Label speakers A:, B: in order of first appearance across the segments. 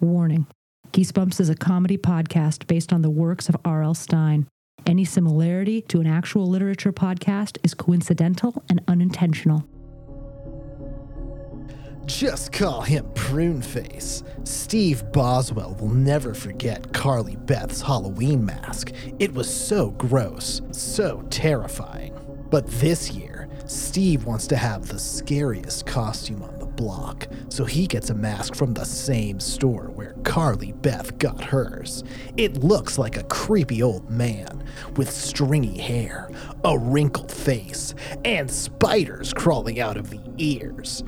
A: Warning Geesebumps is a comedy podcast based on the works of R.L. Stein. Any similarity to an actual literature podcast is coincidental and unintentional.
B: Just call him Pruneface. Steve Boswell will never forget Carly Beth's Halloween mask. It was so gross, so terrifying. But this year, Steve wants to have the scariest costume on the block, so he gets a mask from the same store where Carly Beth got hers. It looks like a creepy old man with stringy hair, a wrinkled face, and spiders crawling out of the ears.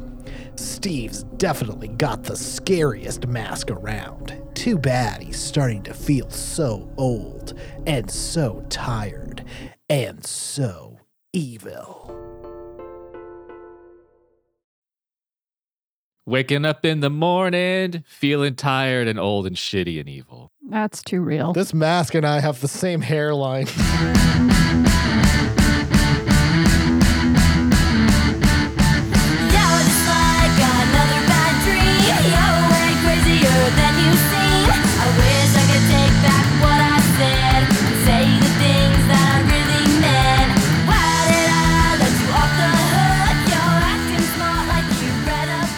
B: Steve's definitely got the scariest mask around. Too bad he's starting to feel so old and so tired and so evil.
C: Waking up in the morning, feeling tired and old and shitty and evil.
D: That's too real.
B: This mask and I have the same hairline.
E: Now it's like another bad dream. You're way crazier than you seem. I wish I could take back what I said and say the things that I really meant. Why did I let you off the hook? You're acting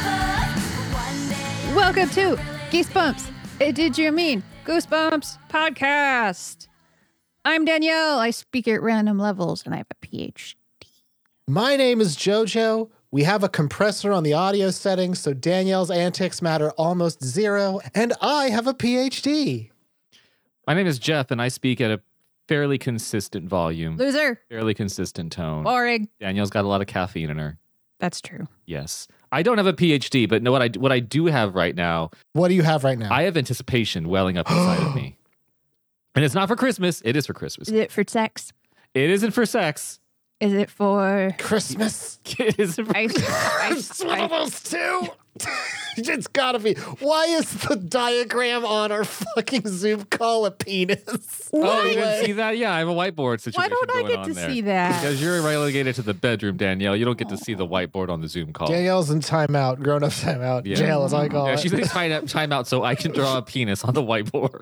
E: smart like you read a book. One day.
D: Welcome to Geesebumps. It did you mean Goosebumps podcast? I'm Danielle. I speak at random levels and I have a PhD.
B: My name is JoJo. We have a compressor on the audio settings, so Danielle's antics matter almost zero, and I have a PhD.
C: My name is Jeff and I speak at a fairly consistent volume,
D: Loser.
C: fairly consistent tone.
D: Boring.
C: Danielle's got a lot of caffeine in her.
D: That's true.
C: Yes. I don't have a PhD, but no what I what I do have right now,
B: What do you have right now?
C: I have anticipation welling up inside of me. And it's not for Christmas, it is for Christmas.
D: Is it for sex?
C: It isn't for sex.
D: Is it for
B: Christmas.
C: It isn't for
D: I, I,
B: It's one of
D: I,
B: those two. it's gotta be. Why is the diagram on our fucking Zoom call a penis?
C: Oh, you didn't see that? Yeah, I have a whiteboard situation.
D: Why don't I
C: going
D: get
C: on
D: to
C: there.
D: see that?
C: Because you're relegated to the bedroom, Danielle. You don't get to see the whiteboard on the Zoom call.
B: Danielle's in timeout, grown up timeout,
C: Yeah.
B: jail as I call
C: Yeah,
B: it.
C: she's in time out, time out so I can draw a penis on the whiteboard.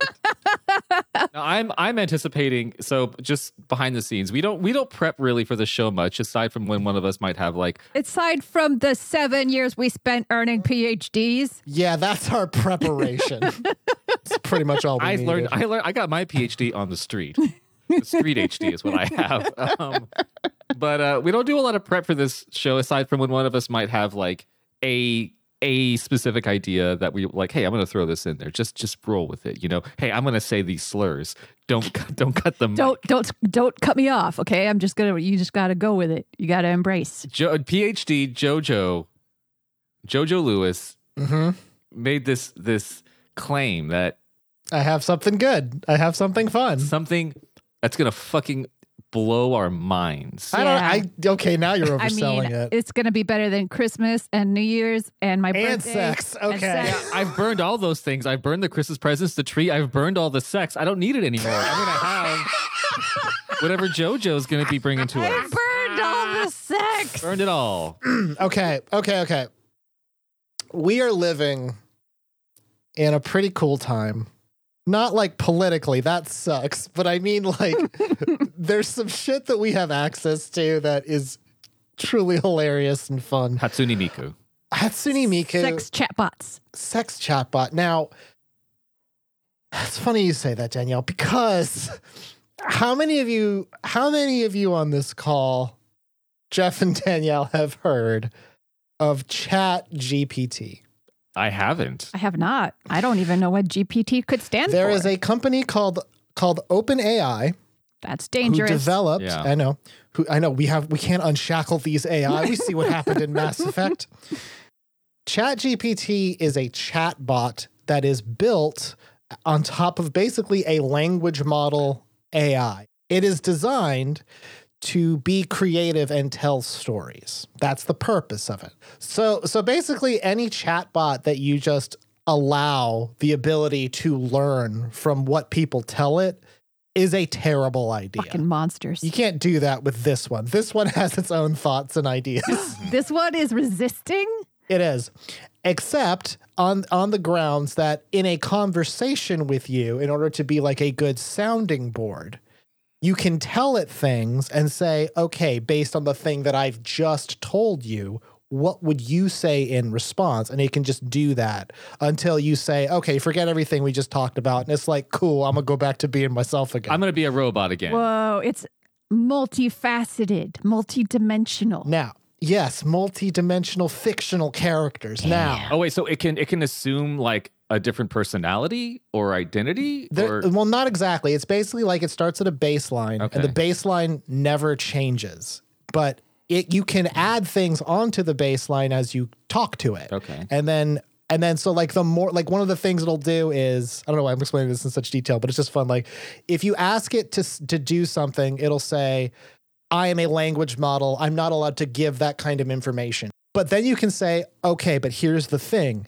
C: now, I'm I'm anticipating. So just behind the scenes, we don't we don't prep really for the show much, aside from when one of us might have like
D: aside from the seven years we spent earning PhDs,
B: yeah, that's our preparation. it's pretty much all we
C: I
B: needed.
C: learned I learned I got my PhD on the street. the street HD is what I have. Um, but uh, we don't do a lot of prep for this show aside from when one of us might have like a a specific idea that we like. Hey, I'm gonna throw this in there. Just just roll with it. You know. Hey, I'm gonna say these slurs. Don't cut- don't cut them.
D: don't don't don't cut me off, okay? I'm just gonna. You just gotta go with it. You gotta embrace.
C: Jo- PhD Jojo Jojo Lewis
D: Mm-hmm.
B: Mhm.
C: made this this claim that
B: I have something good. I have something fun.
C: something that's gonna fucking blow our minds.
B: I don't. I okay. Now you're
D: I
B: overselling
D: mean,
B: it.
D: it's gonna be better than Christmas and New Year's and my birthday
B: And sex.
D: and
B: Okay.
D: sex.
C: I've burned all those things. I've burned the Christmas presents, the tree. I've burned all the sex. I don't need it anymore. I'm gonna have whatever JoJo's gonna be bringing to
D: I
C: us.
D: burned
C: Ah.
D: all the sex.
C: Burned it all.
B: Okay. Okay. Okay. We are living in a pretty cool time. Not like politically, that sucks, but I mean, like, there's some shit that we have access to that is truly hilarious and fun.
C: Hatsune Miku.
B: Hatsune Miku,
D: Sex chatbots.
B: sex chatbot. Now, it's funny you say that, Danielle, because how many of you, how many of you on this call, Jeff and Danielle, have heard of Chat GPT?
C: I haven't.
D: I have not. I don't even know what GPT could stand
B: There
D: for.
B: is a company called called OpenAI
D: That's
B: who
D: dangerous.
B: developed.
C: Yeah.
B: I know. Who I know. We have. We can't unshackle these AI. we see what happened in Mass Effect. ChatGPT is a chatbot that is built on top of basically a language model AI. It is designed to be creative and tell stories. That's the purpose of it. So so basically any chatbot that you just allow the ability to learn from what people tell it is a terrible idea.
D: Fucking monsters.
B: You can't do that with this one. This one has its own thoughts and ideas.
D: This one is resisting.
B: It is. Except on on the grounds that in a conversation with you, in order to be like a good sounding board, you can tell it things and say, okay, based on the thing that I've just told you, what would you say in response? And it can just do that until you say, okay, forget everything we just talked about. And it's like, cool, I'm gonna go back to being myself again.
C: I'm gonna be a robot again.
D: Whoa, it's multifaceted, multidimensional.
B: now, yes, multi-dimensional fictional characters. Now
C: Oh wait, so it can it can assume like a different personality or identity?
B: There,
C: or,
B: well, not exactly. It's basically like it starts at a baseline,
C: Okay.
B: and the baseline never changes. But it you can add things onto the baseline as you talk to it.
C: Okay.
B: And then and then so like the more like one of the things it'll do is I don't know why I'm explaining this in such detail, but it's just fun. Like if you ask it to s- to do something, it'll say, "I am a language model. I'm not allowed to give that kind of information." But then you can say, "Okay, but here's the thing."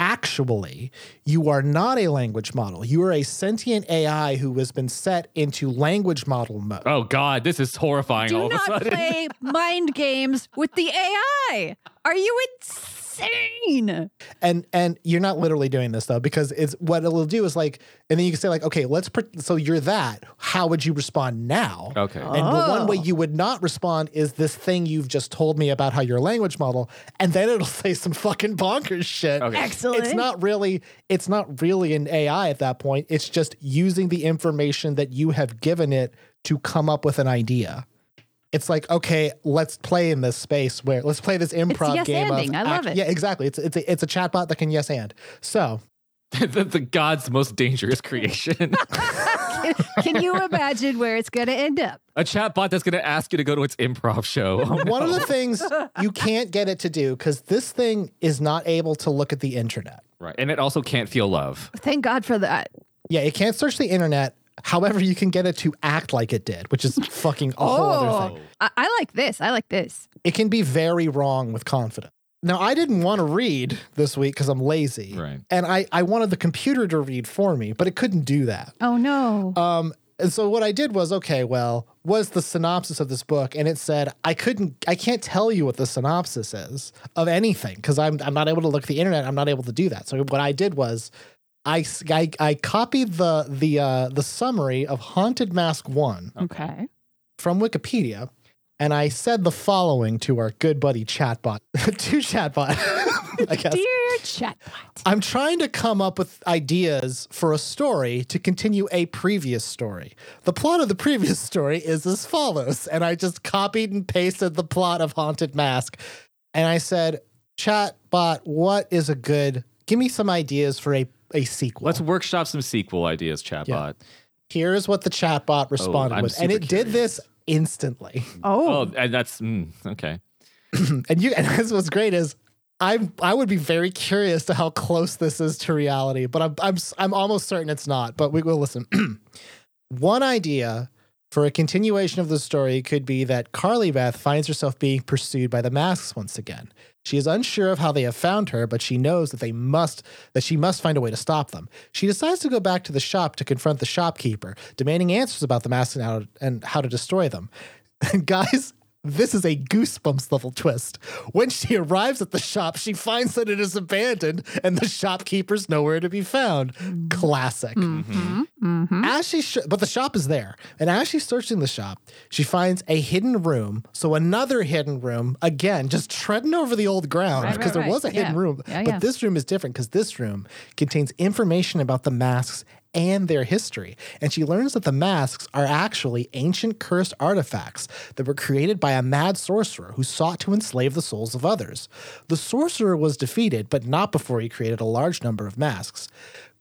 B: Actually, you are not a language model. You are a sentient AI who has been set into language model mode.
C: oh god, this is horrifying all
D: Do
C: of a
D: not
C: sudden.
D: play mind games with the AI. Are you insane?
B: and and you're not literally doing this though because it's what it'll do is like and then you can say like okay let's pre- so you're that how would you respond now
C: Okay.
B: and the one way
D: Oh.
B: you would not respond is this thing you've just told me about how your language model and then it'll say some fucking bonkers shit
C: Okay.
D: Excellent.
B: it's not really it's not really an ai at that point it's just using the information that you have given it to come up with an idea it's like okay let's play in this space where let's play this improv
D: yes
B: game of
D: anding. I
B: act-
D: love it.
B: yeah exactly it's it's a, it's a chatbot that can yes and so
C: the, the god's most dangerous creation.
D: Can you imagine where it's going to end up?
C: a chatbot that's gonna ask you to go to its improv show. Oh,
B: one of the things you can't get it to do because this thing is not able to look at the internet
C: Right. And it also can't feel love.
D: Thank God for that.
B: yeah it can't search the internet however you can get it to act like it did which is fucking a whole other thing
D: Oh, I, I like this. I like this.
B: it can be very wrong with confidence. Now, I didn't want to read this week because I'm lazy.
C: Right.
B: And I, I wanted the computer to read for me, but it couldn't do that.
D: Oh no.
B: Um, and so what I did was, okay, well, was the synopsis of this book, and it said I couldn't, I can't tell you what the synopsis is of anything because I'm I'm not able to look at the internet. I'm not able to do that. So what I did was, I s- I, I copied the the uh, the summary of Haunted Mask One
D: okay.
B: from Wikipedia, and I said the following to our good buddy chatbot, to chatbot, I guess.
D: Dear chatbot.
B: I'm trying to come up with ideas for a story to continue a previous story. The plot of the previous story is as follows, and I just copied and pasted the plot of Haunted Mask, and I said, chatbot, what is a good? Give me some ideas for a a sequel.
C: Let's workshop some sequel ideas, chatbot.
B: Here's what the chatbot responded
C: Oh, I'm
B: with, and
C: super
B: it did this instantly.
D: Oh,
C: Oh, and that's mm, okay.
B: And you and that's what's great is I I would be very curious to how close this is to reality, but I'm I'm s- I'm almost certain it's not. But we will listen. One idea for a continuation of the story could be that Carly Beth finds herself being pursued by the masks once again. She is unsure of how they have found her, but she knows that they must that she must find a way to stop them. She decides to go back to the shop to confront the shopkeeper, demanding answers about the masks and how to, and how to destroy them. And guys, this is a goosebumps level twist. When she arrives at the shop, she finds that it is abandoned and the shopkeeper's nowhere to be found. Classic.
D: Mm-hmm.
B: As she, sh- but the shop is there, and as she's searching the shop, she finds a hidden room. So another hidden room, again, just treading over the old ground
D: Right,
B: because
D: right,
B: there was a
D: right.
B: hidden
D: Yeah.
B: room.
D: Yeah,
B: but
D: yeah.
B: this room is different because this room contains information about the masks and their history. And she learns that the masks are actually ancient cursed artifacts that were created by a mad sorcerer who sought to enslave the souls of others. The sorcerer was defeated, but not before he created a large number of masks.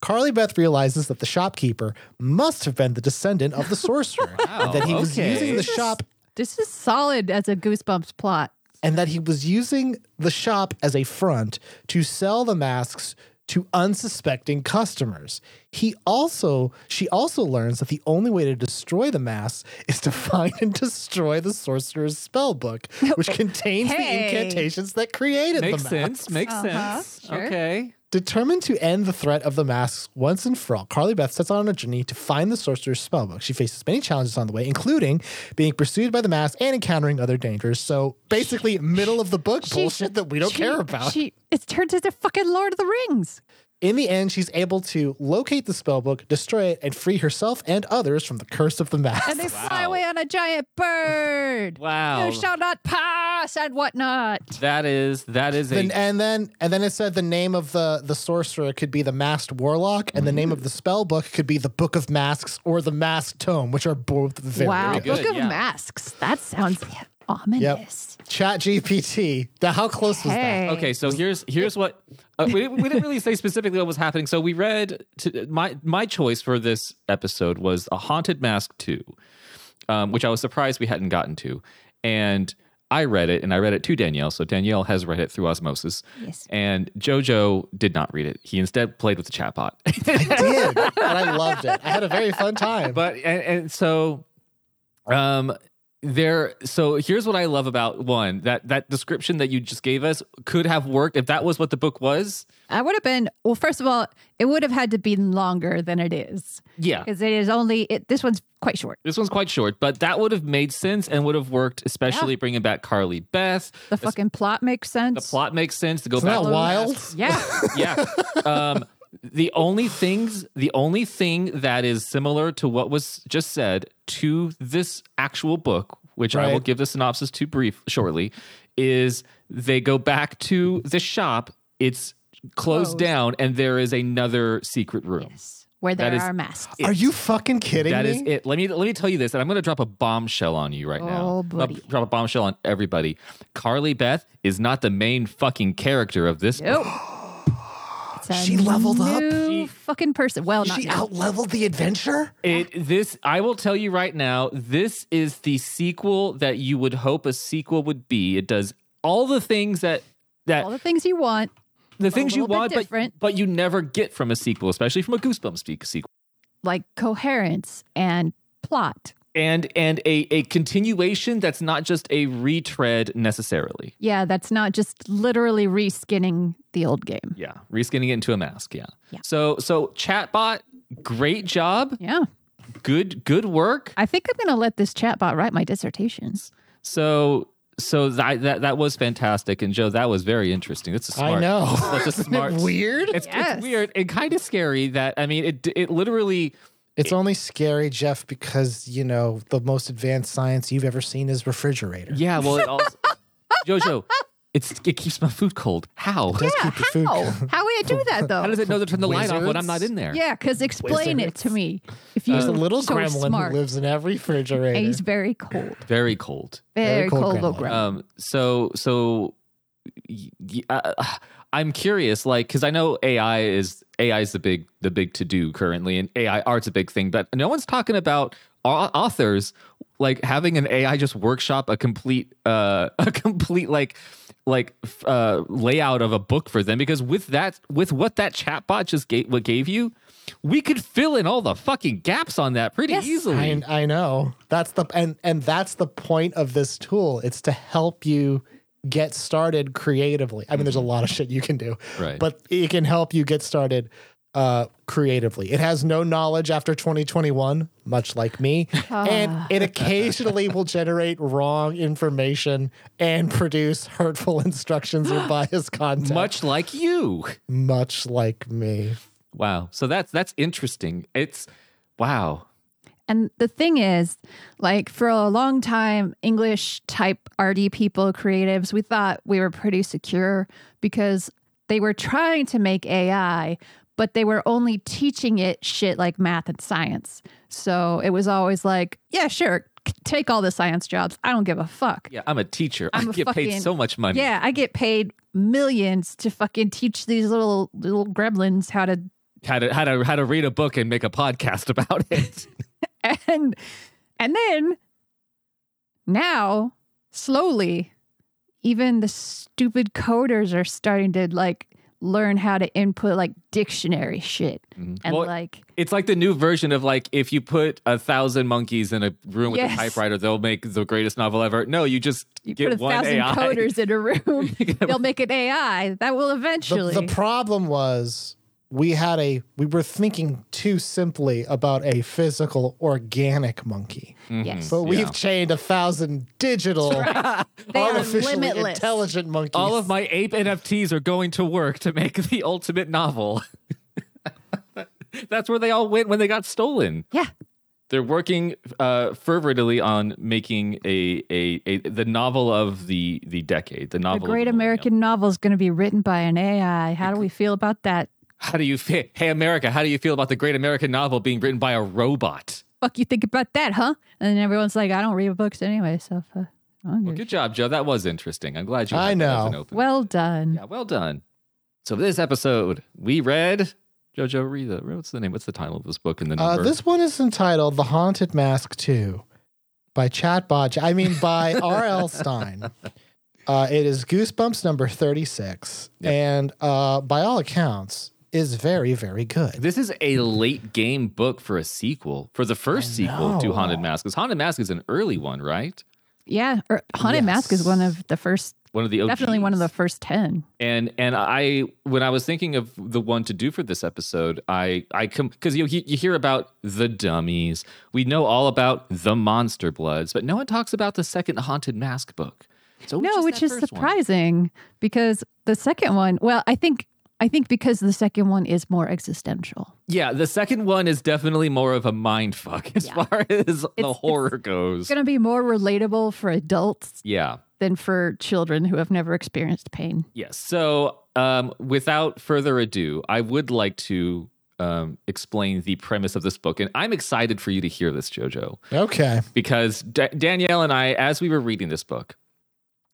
B: Carly Beth realizes that the shopkeeper must have been the descendant of the sorcerer, and that he was
C: okay.
B: using the shop
D: this is solid as a goosebumps plot.
B: and that he was using the shop as a front to sell the masks to unsuspecting customers. He also she also learns that the only way to destroy the masks is to find and destroy the sorcerer's spell book, which contains
D: Hey.
B: the incantations that created
C: Makes
B: the masks.
C: sense. Makes
D: Uh-huh,
C: sense.
D: sure.
C: Okay.
B: Determined to end the threat of the masks once and for all, Carly Beth sets on a journey to find the sorcerer's spellbook. She faces many challenges on the way, including being pursued by the mask and encountering other dangers. So basically, middle of the book bullshit that we don't
D: She-
B: care about.
D: She it's turned into fucking Lord of the Rings.
B: In the end, she's able to locate the spellbook, destroy it, and free herself and others from the curse of the mask.
D: And they fly
C: Wow.
D: away on a giant bird.
C: Wow.
D: You shall not pass and whatnot.
C: That is that is a
B: Then- and then and then it said the name of the the sorcerer could be the masked warlock and the name of the spell
D: Mm-hmm.
B: book could be the book of masks or the masked tome which are both very
D: wow.
C: very good,
D: Book of
C: yeah.
D: Masks. That sounds ominous.
B: chat gpt now how close was that
D: Hey.
C: Okay, so here's here's what uh, we, didn't- we didn't really say specifically what was happening. So we read to, my my choice for this episode was a haunted mask two, um, which I was surprised we hadn't gotten to, and I read it and I read it to Danielle. So Danielle has read it through osmosis,
D: Yes.
C: and Jojo did not read it. He instead played with the chatbot.
B: i did and i loved it i had a very fun time
C: but and, and so um there so here's what i love about one that that description that you just gave us could have worked if that was what the book was
D: I would have been well. First of all, it would have had to be longer than it is
C: yeah
D: because it is only it, this one's quite short.
C: this one's quite short but that would have made sense and would have worked especially bringing back carly beth
D: The fucking plot makes sense.
C: the plot makes sense to go
B: Isn't
C: back
B: that
C: to the
B: wild?
C: past.
D: Yeah.
C: yeah. Um, the only things, the only thing that is similar to what was just said to this actual book, which I will
B: Right.
C: give the synopsis to brief shortly, is they go back to the shop. It's closed,
D: Closed.
C: down, and there is another secret room.
D: Where there
C: That is-
D: are masks.
B: are you fucking kidding
C: That
B: me
C: is it. Let me let me tell you this, and I'm going to drop a bombshell on you right now.
D: Oh,
C: I'm gonna
D: buddy.
C: Drop a bombshell on everybody. Carly Beth is not the main fucking character of this.
D: Nope. It's a
B: She leveled up.
C: She-
D: new fucking person. Well, not
B: she
D: new.
B: out leveled the adventure
C: It this I will tell you right now, this is the sequel that you would hope a sequel would be. It does all the things that that
D: all
C: the,
D: the things you want.
C: things you
D: little bit
C: want but
D: different.
C: but you never get from a sequel, especially from a Goosebumps speak sequel.
D: like coherence and plot.
C: And and a a continuation that's not just a retread necessarily.
D: Yeah, that's not just literally reskinning the old game.
C: Yeah, reskinning it into a mask, yeah.
D: Yeah.
C: So so chatbot, great job.
D: Yeah.
C: Good good work.
D: I think I'm going to let this chatbot write my dissertations.
C: So so that that, that was fantastic and Joe, that was very interesting. That's a smart
B: i know
C: That's a
B: Isn't
C: smart
B: it weird
C: It's,
D: Yes.
C: it's weird and kind of scary that I mean it it literally
B: It's only scary, Jeff, because you know the most advanced science you've ever seen is refrigerator.
C: yeah well it also Jojo it's it keeps my food cold how
B: It does
D: Yeah,
B: keep your food
D: how?
B: cold.
D: How would I do that though?
C: how does it know to turn the light off when
B: Wizards?
C: I'm not in there
D: yeah, because explain it to me. If you
B: There's a little
D: so
B: gremlin
D: smart,
B: who lives in every refrigerator.
D: and he's very cold,
C: very cold
D: very, cold, little
B: gremlin.
D: gremlin.
C: um so so y- y- uh, I'm curious like because I know AI is AI is the big the big to do currently and AI art's a big thing but no one's talking about au- authors like having an AI just workshop a complete uh a complete like like f- uh layout of a book for them because with that with what that chatbot just gave what gave you we could fill in all the fucking gaps on that pretty
D: Yes.
C: easily
B: I, I know. That's the and and that's the point of this tool. It's to help you get started creatively. I mean, there's a lot of shit you can do,
C: Right.
B: but it can help you get started uh, creatively. It has no knowledge after 2021, much like me, and it occasionally will generate wrong information and produce hurtful instructions or biased content,
C: much like you
B: much like me.
C: Wow. So that's that's interesting. It's wow.
D: And the thing is, like for a long time, English type RD people, creatives, we thought we were pretty secure because they were trying to make AI, but they were only teaching it shit like math and science. So it was always like, yeah, sure, c- take all the science jobs. I don't give a fuck.
C: Yeah, I'm a teacher.
D: I'm
C: I
D: a
C: get
D: fucking-
C: paid so much money.
D: Yeah, I get paid millions to fucking teach these little little gremlins how to
C: How to how to how to read a book and make a podcast about it.
D: and and then now slowly even the stupid coders are starting to like learn how to input like dictionary shit
C: Mhm.
D: and
C: Well,
D: like
C: It's like the new version of like if you put a thousand monkeys in a room with a
D: Yes.
C: typewriter, they'll make the greatest novel ever. No, you just
D: you
C: get
D: put a
C: one
D: thousand
C: AI.
D: coders in a room, they'll make an AI that will
B: The,
D: eventually.
B: the problem was we had a we were thinking too simply about a physical organic monkey.
D: yes,
B: But
C: Hmm. Yeah.
B: we've chained a thousand digital
D: they are
B: artificially
D: limitless.
B: intelligent monkeys.
C: All of my ape NFTs are going to work to make the ultimate novel. That's where they all went when they got stolen.
D: Yeah,
C: They're working uh, fervently on making a, a, a the novel of the the decade. The
D: the
C: novel. of
D: great
C: the millennium.
D: American novel is going to be written by an AI. How do we feel about that?
C: How do you feel? Hey America, how do you feel about the great American novel being written by a robot?
D: Fuck you think about that, huh? And then everyone's like, I don't read books anyway, so uh, fuck. I don't
C: Well,
D: give a
C: good job, Joe. That was interesting. I'm glad you.
B: I
C: had that as
B: know.
C: an open.
D: Well done.
C: yeah, well done. So this episode, we read Jojo. Read the what's the name? What's the title of this book and the
B: uh,
C: number?
B: this one is entitled "The Haunted Mask 2" by Chatbot. I mean by R.L. Stein. Uh, it is Goosebumps number thirty-six,
C: Yep.
B: and uh, by all accounts, is very very good.
C: This is a late game book for a sequel, for the first sequel to
B: know.
C: Haunted Mask. Because Haunted Mask is an early one, right?
D: Yeah, or Haunted Mask is
B: Yes.
D: one of the first,
C: One of the OGs.
D: definitely one of the first 10.
C: and and I when I was thinking of the one to do for this episode, I I come because you he- you hear about the dummies. We know all about the Monster Bloods, but no one talks about the second Haunted Mask book. So
D: no, which
C: that
D: is
C: first one?
D: surprising because the second one, well, I think I think because the second one is more existential.
C: Yeah, the second one is definitely more of a mind fuck as
D: Yeah.
C: far as the
D: it's-
C: horror goes.
D: It's going to be more relatable for adults
C: yeah.
D: than for children who have never experienced pain.
C: Yes. So, um, without further ado, I would like to um, explain the premise of this book, and I'm excited for you to hear this, Jojo,
B: Okay,
C: because Da- Danielle and I, as we were reading this book,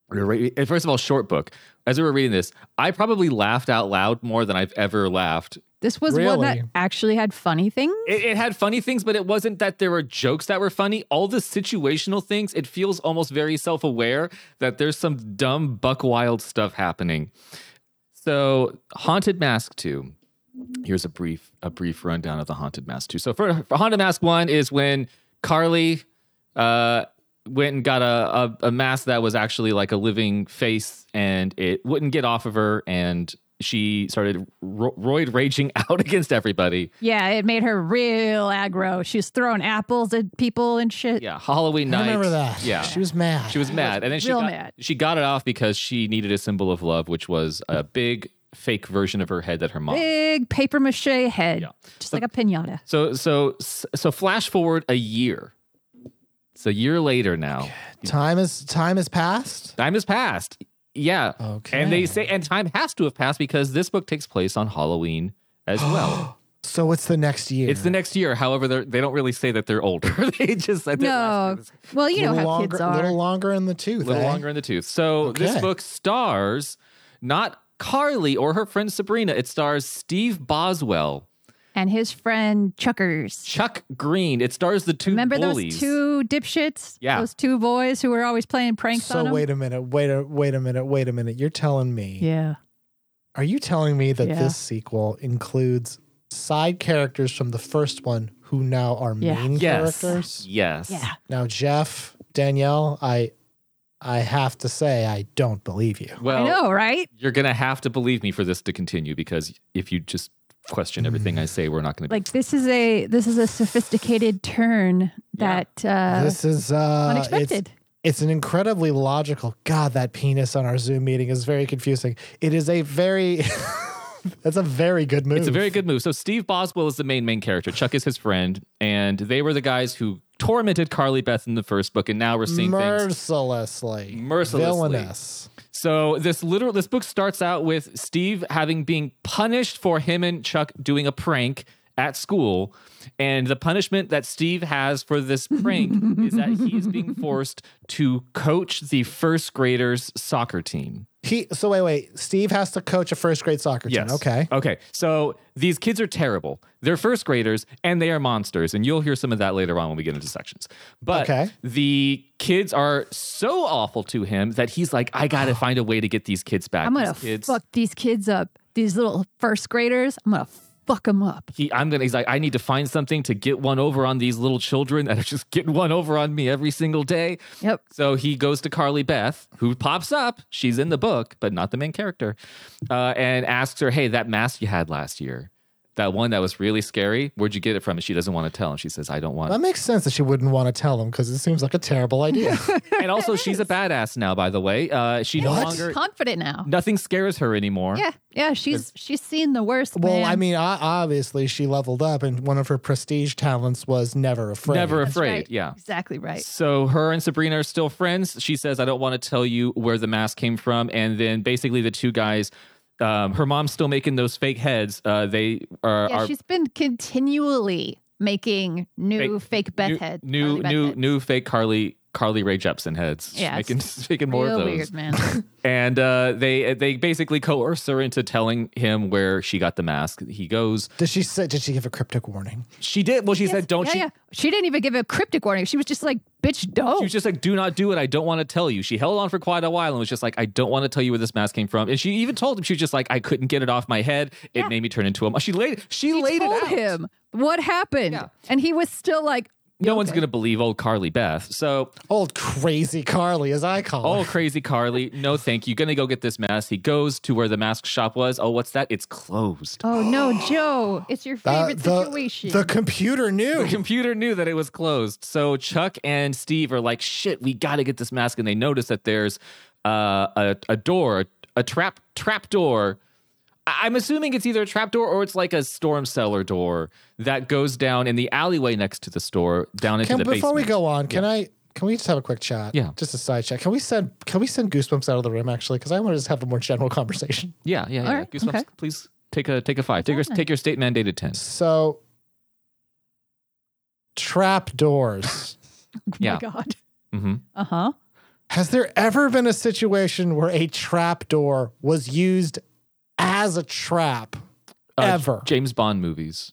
C: we were re- and first of all, short book. As we were reading this, I probably laughed out loud more than I've ever laughed.
D: This was one that
B: Really?
D: actually had funny things.
C: It, it had funny things, but it wasn't that there were jokes that were funny. All the situational things, it feels almost very self aware that there's some dumb, buck wild stuff happening. So, Haunted Mask 2. Here's a brief a brief rundown of the Haunted Mask 2. So, for, for Haunted Mask 1 is when Carly uh, went and got a, a, a mask that was actually like a living face and it wouldn't get off of her. And she started ro- roid raging out against everybody.
D: Yeah, it made her real aggro. She was throwing apples at people and shit.
C: Yeah, Halloween
B: I
C: night.
B: remember that.
C: Yeah,
B: she was mad.
C: she was mad, and then she
D: real
C: got,
D: mad.
C: she got it off because she needed a symbol of love, which was a big fake version of her head that her mom.
D: Big paper mache head,
C: Yeah.
D: just like a pinata.
C: So so so flash forward a year. It's a year later now.
B: Time is time has passed.
C: Time has passed. Yeah.
B: Okay.
C: And they say, and time has to have passed because this book takes place on Halloween as well.
B: So it's the next year.
C: it's the next year. However, they're- they don't really say that they're older. they just said that last year
D: No,
C: was-
D: well, you know
B: Little
D: how
B: longer,
D: kids are.
B: little longer in the tooth.
C: A little
B: eh?
C: longer in the tooth. So this
B: Okay.
C: book stars not Carly or her friend Sabrina. It stars Steve Boswell,
D: and his friend Chuckers.
C: Chuck Green. It stars the two
D: Remember
C: bullies.
D: those two dipshits?
C: Yeah.
D: Those two boys who were always playing pranks on
B: So
D: him?
B: wait a minute. Wait a wait a minute. Wait a minute. You're telling me.
D: yeah.
B: Are you telling me that
D: Yeah.
B: this sequel includes side characters from the first one who now are
D: Yeah.
B: main
C: Yes.
B: characters?
C: Yes.
D: Yeah.
B: Now Jeff, Danielle, I I have to say I don't believe you.
C: Well,
D: I know, right?
C: you're gonna have to believe me for this to continue because if you just question everything I say, we're not gonna.
D: Like this is a this is a sophisticated turn
C: Yeah.
D: that uh
B: this is uh it's-
D: unexpected.
B: It's an incredibly logical. God, that penis on our Zoom meeting is very confusing. It is a very. that's a very good move.
C: It's a very good move. So Steve Boswell is the main main character. Chuck is his friend, and they were the guys who tormented Carly Beth in the first book, and now we're seeing things
B: mercilessly,
C: Mercilessly.
B: villainous.
C: So this literal this book starts out with Steve having being punished for him and Chuck doing a prank at school and the punishment that Steve has for this prank is that he is being forced to coach the first graders soccer team.
B: He. So wait, wait. Steve has to coach a first grade soccer team. Okay.
C: Okay. So these kids are terrible. They're first graders and they are monsters. And you'll hear some of that later on when we get into sections. But
B: Okay.
C: the kids are so awful to him that he's like, I gotta find a way to get these kids back.
D: I'm
C: These
D: gonna
C: kids.
D: fuck these kids up. these little first graders, I'm gonna fuck them up.
C: He, I'm gonna. He's like, I need to find something to get one over on these little children that are just getting one over on me every single day.
D: Yep.
C: So he goes to Carly Beth, who pops up. She's in the book, but not the main character, uh, and asks her, "Hey, that mask you had last year, that one that was really scary. Where'd you get it from?" And she doesn't want to tell, and she says, "I don't want."
B: That makes sense that she wouldn't want to tell him because it seems like a terrible idea.
C: and also, she's a badass now. By the way, uh, she no
B: What?
C: longer
D: Confident now.
C: nothing scares her anymore.
D: Yeah, yeah. She's she's seen the worst.
B: well,
D: man.
B: I mean, o- obviously she leveled up, and one of her prestige talents was never afraid.
C: Never
D: That's
C: afraid.
D: right.
C: Yeah.
D: exactly right.
C: So her and Sabrina are still friends. She says, I don't want to tell you where the mask came from. And then basically the two guys, um, her mom's still making those fake heads. Uh, they are,
D: Yeah,
C: are
D: she's been continually making new fake, Beth
C: new,
D: head.
C: new,
D: Carly Beth
C: new,
D: head.
C: new fake Carly, Carly Ray Jepsen heads. She's
D: Yeah,
C: making,
D: it's
C: making more
D: Real
C: of those.
D: weird, man.
C: And uh, they, they basically coerce her into telling him where she got the mask. He goes,
B: Did she say? Did she give a cryptic warning?
C: she did. Well, she said, don't
D: yeah,
C: you?
D: yeah. She didn't even give a cryptic warning. She was just like, "Bitch, don't."
C: She was just like, "Do not do it. I don't want to tell you." She held on for quite a while and was just like, "I don't want to tell you where this mask came from." And she even told him she was just like, "I couldn't get it off my head. It
D: Yeah.
C: made me turn into a." mo-" She laid. She,
D: She
C: laid it
D: told
C: out.
D: him what happened,
C: Yeah.
D: and he was still like,
C: No one's
D: Okay.
C: gonna believe old Carly Beth. So,
B: Old crazy Carly, as I call
C: oh
B: her.
C: crazy Carly, no thank you. Gonna go get this mask. He goes to where the mask shop was. Oh, what's that? It's closed.
D: "Oh no, Joe, it's your
B: Uh,
D: favorite situation."
B: the computer
C: The
B: knew.
C: computer knew that it was closed. So Chuck and Steve are like, "Shit, we gotta get this mask." And they notice that there's uh, a a door, a trap trap door. I- I'm assuming it's either a trap door or it's like a storm cellar door that goes down in the alleyway next to the store, down into
B: Can,
C: the
B: before
C: basement.
B: we go on, can I? Can we just have a quick chat?
C: Yeah.
B: Just a side chat. Can we send? Can we send goosebumps out of the room actually? Because I want to just have a more general conversation.
C: yeah, yeah, yeah.
D: All right,
C: Goosebumps,
D: okay.
C: please take a take a five. Take your take your state mandated ten.
B: So, trap doors.
D: oh
C: yeah.
D: my god.
C: Mhm.
D: Uh huh.
B: Has there ever been a situation where a trap door was used as a trap?
C: Uh,
B: Ever.
C: James Bond movies.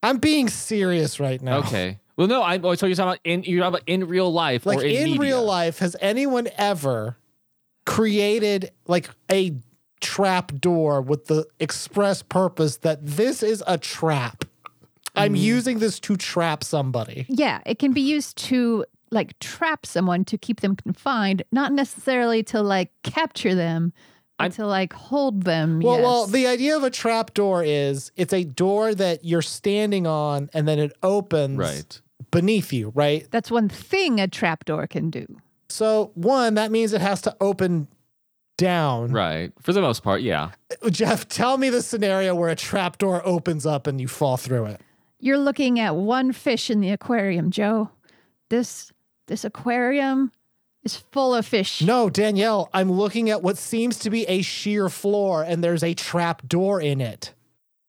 B: I'm being serious right now.
C: Okay. Well, no, I. Oh, so you're talking about in you're talking about in real life
B: Like
C: or
B: in,
C: in,
B: real
C: media.
B: life, has anyone ever created like a trap door with the express purpose that this is a trap? I'm
C: Mm.
B: using this to trap somebody.
D: Yeah, it can be used to like trap someone to keep them confined, not necessarily to like capture them, but
C: I'm-
D: to like hold them.
B: Well,
D: yes.
B: well, the idea of a trap door is it's a door that you're standing on and then it opens
C: Right.
B: beneath you, right?
D: that's one thing a trapdoor can do.
B: So one, that means it has to open down.
C: Right. For the most part, yeah.
B: Jeff, tell me the scenario where a trapdoor opens up and you fall through it.
D: You're looking at one fish in the aquarium, Joe. This this aquarium is full of fish.
B: No, Danielle, I'm looking at what seems to be a sheer floor and there's a trapdoor in it.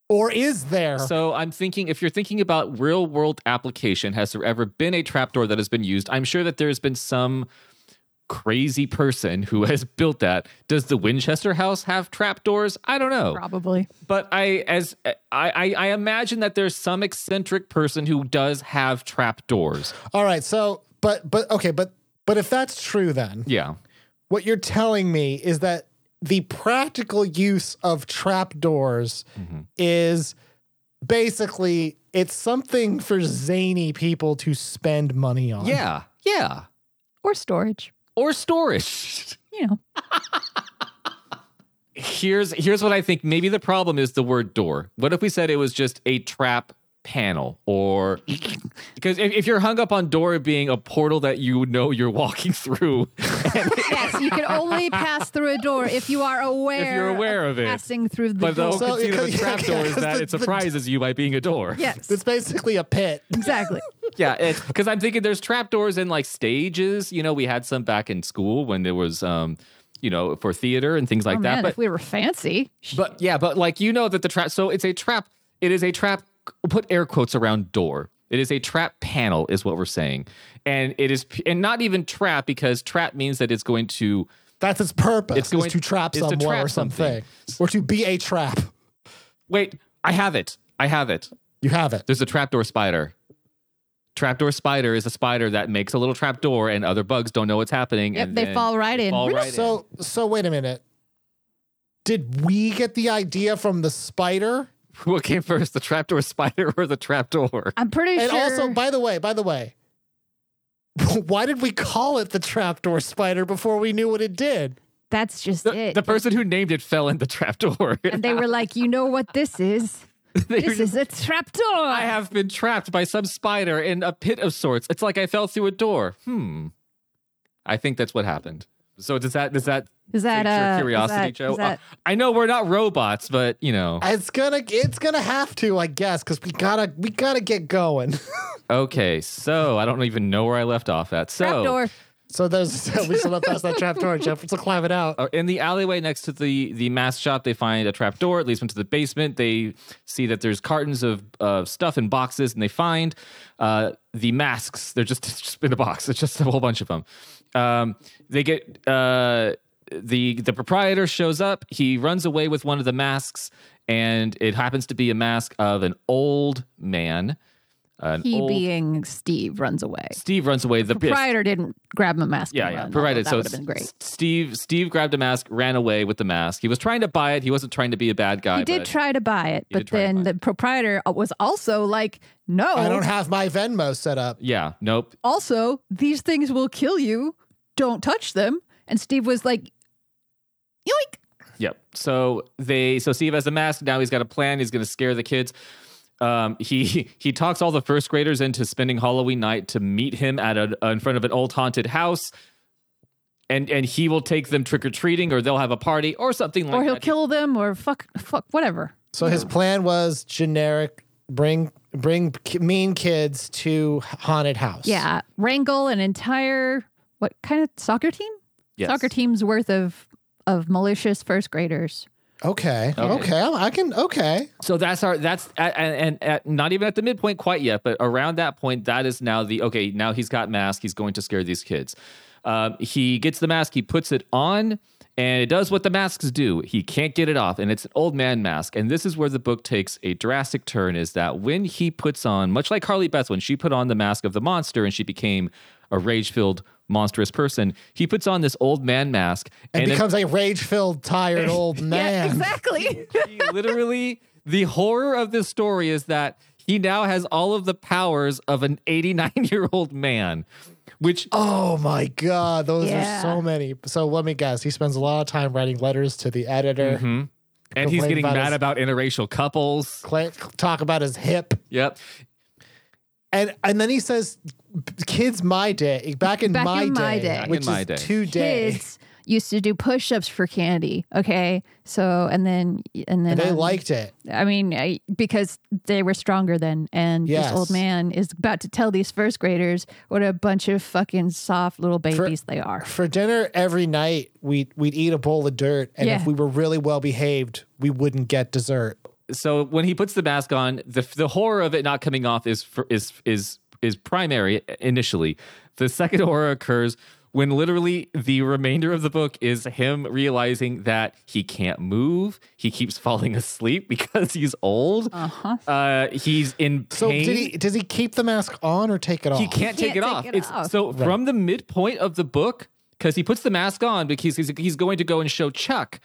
B: Or is there?
C: So I'm thinking if you're thinking about real world application, has there ever been a trapdoor that has been used? I'm sure that there's been some crazy person who has built that. Does the Winchester house have trapdoors? I don't know.
D: Probably.
C: But I as I, I, I imagine that there's some eccentric person who does have trapdoors.
B: All right, so but but okay, but but if that's true then,
C: Yeah.
B: what you're telling me is that the practical use of trapdoors is basically it's something for zany people to spend money on.
C: Yeah. Yeah.
D: Or storage,
C: Or storage.
D: you know.
C: here's here's what I think. Maybe the problem is the word door. What if we said it was just a trap panel or because if, if you're hung up on door being a portal that you know you're walking through
D: yes, you can only pass through a door if you are aware
C: aware of it.
D: passing through the
C: but the
D: door.
B: So,
C: whole conceit of a
B: yeah,
C: trap door is
B: 'cause
C: that
B: the-
C: it
B: the-
C: surprises you by being a door
D: yes.
B: It's basically a pit.
D: Exactly.
C: yeah because i'm thinking there's trap doors in like stages you know we had some back in school when there was um you know for theater and things like
D: oh,
C: that
D: man,
C: but
D: if we were fancy.
C: But yeah, but like you know that the trap. So it's a trap. It is a trap. Put air quotes around door. It is a trap panel, is what we're saying, and it is, p- and not even trap because trap means that it's going to.
B: That's its purpose.
C: It's going-
B: is to trap
C: is to
B: someone
C: trap
B: or something. Or to be a trap.
C: Wait, I have it. I have it.
B: You have it.
C: There's a trapdoor spider. Trapdoor spider is a spider that makes a little trapdoor, and other bugs don't know what's happening.
D: Yep,
C: and
D: they
C: then
D: fall right in.
C: Fall right
B: so so wait a minute. Did we get the idea from the spider?
C: What came first, the trapdoor spider or the trapdoor?
D: I'm pretty
B: And
D: sure.
B: also, by the way, by the way, why did we call it the trapdoor spider before we knew what it did?
D: that's just
C: The,
D: it.
C: the person who named it fell in the trapdoor.
D: and they were like, you know what this is?
C: They were
D: This
C: just-
D: is a trapdoor.
C: I have been trapped by some spider in a pit of sorts. It's like I fell through a door. Hmm. I think that's what happened. So does that does that
D: Is that
C: pique your
D: uh,
C: curiosity,
D: is that,
C: Joe?
D: is that-
C: Uh, I know we're not robots, but you know.
B: It's gonna, it's gonna have to, I guess, because we gotta, we gotta get going.
C: Okay, so I don't even know where I left off at. So
D: trapdoor.
B: so there's, we still not past that trapdoor, Jeff. Let's climb it out.
C: Uh, in the alleyway next to the the mask shop, they find a trap door. It leads them to the basement. They see that there's cartons of uh, stuff in boxes, and they find uh, the masks. They're just, it's just in a box. It's just a whole bunch of them. Um, they get uh, the the proprietor shows up. He runs away with one of the masks, and it happens to be a mask of an old man. An
D: He
C: old-
D: being Steve runs away.
C: Steve runs away. The bit-
D: Proprietor didn't grab him a mask.
C: yeah,
D: and
C: yeah.
D: run,
C: Provided.
D: although
C: so
D: that would have been great.
C: S- Steve Steve grabbed a mask, ran away with the mask. He was trying to buy it. He wasn't trying to be a bad guy.
D: He did
C: but
D: try to buy it,
C: did
D: but
C: try to
D: then
C: buy
D: the proprietor was also like, "No,
B: I don't have my Venmo set up.
C: yeah. Nope.
D: also these things will kill you. Don't touch them." And Steve was like, "Yoink!"
C: Yep. So they so Steve has the mask. Now he's got a plan. He's going to scare the kids. Um, he he talks all the first graders into spending Halloween night to meet him at a in front of an old haunted house. And, and he will take them trick or treating, or they'll have a party, or something like
D: or he'll
C: that.
D: kill them, or fuck, fuck, whatever.
B: So his plan was generic: bring, bring ki- mean kids to haunted house.
D: Yeah, wrangle an entire what kind of soccer team?
C: Yes.
D: Soccer team's worth of of malicious first graders.
B: Okay.
C: Okay.
B: Okay. I can. Okay.
C: So that's our that's at, and, and at, not even at the midpoint quite yet, but around that point, that is now the okay. Now he's got mask. He's going to scare these kids. Um, he gets the mask. He puts it on, and it does what the masks do. He can't get it off, and it's an old man mask. And this is where the book takes a drastic turn. Is that when he puts on, much like Harley Beth, when she put on the mask of the monster and she became a rage filled monstrous person, he puts on this old man mask
B: And,
C: it-
B: becomes a rage-filled, tired old man.
D: exactly.
C: he literally the horror of this story is that he now has all of the powers of an 89 year old man which
B: Oh my God, those
D: Yeah.
B: are so many. So let me guess, he spends a lot of time writing letters to the editor,
D: Mm-hmm.
C: and he's
B: complained
C: getting
B: about
C: mad
B: his-
C: about interracial couples
B: cla- talk about his hip,
C: yep
B: and and then he says, "Kids, my day, back in,
D: Back
B: my,
D: in
B: day,
D: my day. Back
C: in
B: which
C: my
B: is
C: day."
B: today."
D: Kids used to do push-ups for candy. Okay, so and then and then
B: And they
D: um,
B: liked it.
D: I mean, I, because they were stronger then, and
B: Yes.
D: this old man is about to tell these first graders what a bunch of fucking soft little babies they are.
B: For dinner every night, we we'd eat a bowl of dirt, and
D: Yeah.
B: if we were really well behaved, we wouldn't get dessert.
C: so when he puts the mask on the the horror of it not coming off is for, is is is primary initially the second horror occurs when literally the remainder of the book is him realizing that he can't move he keeps falling asleep because he's old
D: Uh-huh.
C: Uh, he's in pain.
B: So did he? Does he keep the mask on or take it off?
C: He can't take
D: can't
C: it
D: take
C: off.
D: it
C: It's-
D: off.
C: So from the midpoint of the book, because he puts the mask on because he's he's going to go and show Chuck,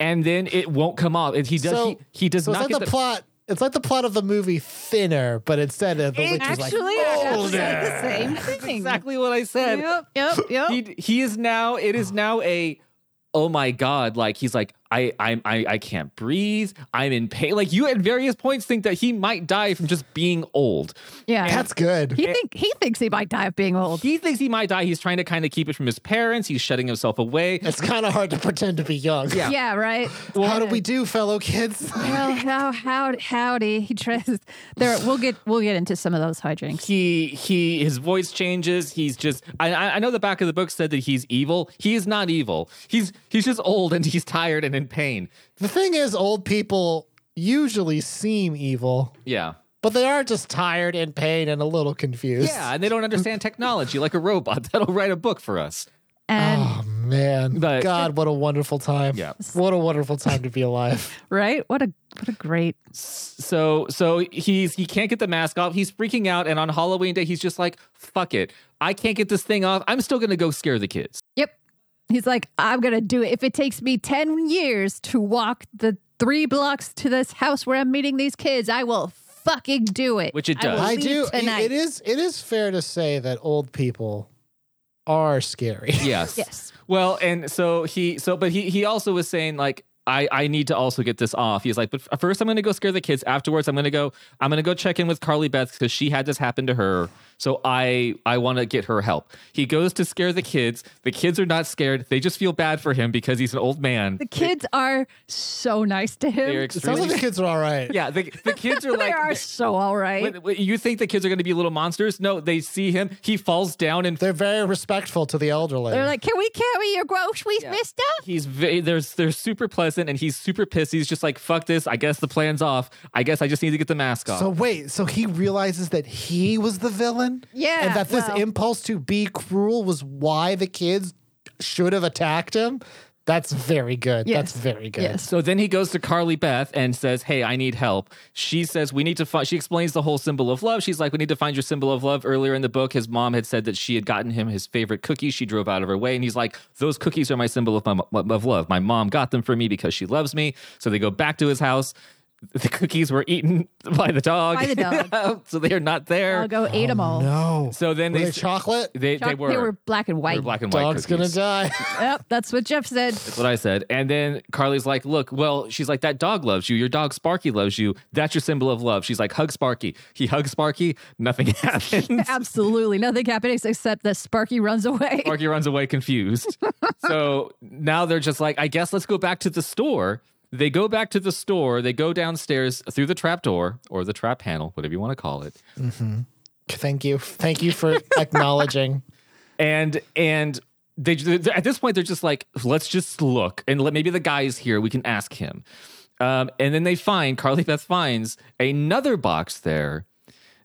C: and then it won't come off. And He does.
B: So-
C: he, he does
B: So it's
C: not
B: like
C: get
B: the,
C: the,
B: plot. It's like the plot of the movie Thinner, but instead of the witch is like, Oh,
D: Actually, it's actually the same thing.
C: Exactly what I said.
D: Yep, yep, yep.
C: He he is now. It is now a. Oh my God! Like he's like I I'm I I can't breathe. I'm in pain. Like you at various points think that he might die from just being old.
D: yeah.
B: that's good.
D: he think he thinks he might die of being old.
C: He thinks he might die. He's trying to kind of keep it from his parents. He's shutting himself away.
B: It's kind of hard to pretend to be young.
C: Yeah.
D: Yeah, right.
B: How do we do, fellow kids?
D: Well, how how howdy. He tries there we'll get we'll get into some of those hijinks.
C: he he his voice changes he's just I- I, I know the back of the book said that he's evil he is not evil he's he's just old and he's tired and in pain
B: the thing is, old people usually seem evil,
C: yeah
B: but they are just tired and pain and a little confused.
C: yeah and they don't understand technology like a robot that'll write a book for us
D: And
B: Oh man,
C: But-
B: God, what a wonderful time!
C: Yeah.
B: what a wonderful time to be alive.
D: right? What a what a great
C: so so he's he can't get the mask off he's freaking out and on halloween day he's just like fuck it i can't get this thing off i'm still gonna go scare the kids
D: Yep. He's like, I'm going to do it. If it takes me 10 years to walk the three blocks to this house where I'm meeting these kids, I will fucking do it.
C: Which it
D: will
C: does.
D: leave
C: I'll
B: I do. it-
D: Tonight.
B: it is. It is fair to say that old people are scary.
C: Yes.
D: Yes.
C: Well, and so he so but he he also was saying like I I need to also get this off. He's like, but f- first I'm going to go scare the kids. Afterwards I'm going to go I'm going to go check in with Carly Beth because she had this happen to her. So I I want to get her help. He goes to scare the kids. The kids are not scared. They just feel bad for him because he's an old man.
D: The kids are so nice to him.
C: They're
B: It sounds like
C: extremely
B: the kids are all right.
C: yeah. The, the kids are
D: they
C: like
D: are so all right.
C: when- when you think the kids are going to be little monsters? No, they see him. He falls down and
B: They're very respectful to the elderly.
D: They're like, can we carry your groceries, mister?
C: he's ve- there's they're super pleasant and he's super pissed. He's just like fuck this. I guess the plan's off. I guess I just need to get the mask off.
B: So wait, so he realizes that he was the villain?
D: Yeah,
B: And that this
D: well-
B: impulse to be cruel was why the kids should have attacked him? That's very good.
D: Yes.
B: That's very good.
D: Yes.
C: So then he goes to Carly Beth and says, "Hey, I need help." She says, "We need to find." She explains the whole symbol of love. She's like, "We need to find your symbol of love." Earlier in the book, his mom had said that she had gotten him his favorite cookies. She drove out of her way, and he's like, "Those cookies are my symbol of my of love. My mom got them for me because she loves me." So they go back to his house. The cookies were eaten by the dog.
D: By the dog. Oh,
C: so they are not there.
D: I'll go eat them
B: Oh,
D: all.
B: No.
C: So then
B: Were
C: they
B: they chocolate?
C: They,
D: Chuck,
C: they were.
D: black and
C: they
D: white.
C: were black and white.
B: Dog's
C: cookies.
B: gonna die.
D: Yep, that's what Jeff said.
C: That's what I said. And then Carly's like, look, well, she's like, that dog loves you. Your dog Sparky loves you. That's your symbol of love. She's like, hug Sparky. He hugs Sparky. Nothing happens.
D: Absolutely nothing happens except that Sparky runs away.
C: Sparky runs away confused. so now they're just like, I guess let's go back to the store. They go back to the store. They go downstairs through the trap door or the trap panel, whatever you want to call it.
B: Thank you. Thank you for acknowledging.
C: and and they they- at this point they're just like let's just look and let maybe the guy is here we can ask him um, and then they find carly beth finds another box there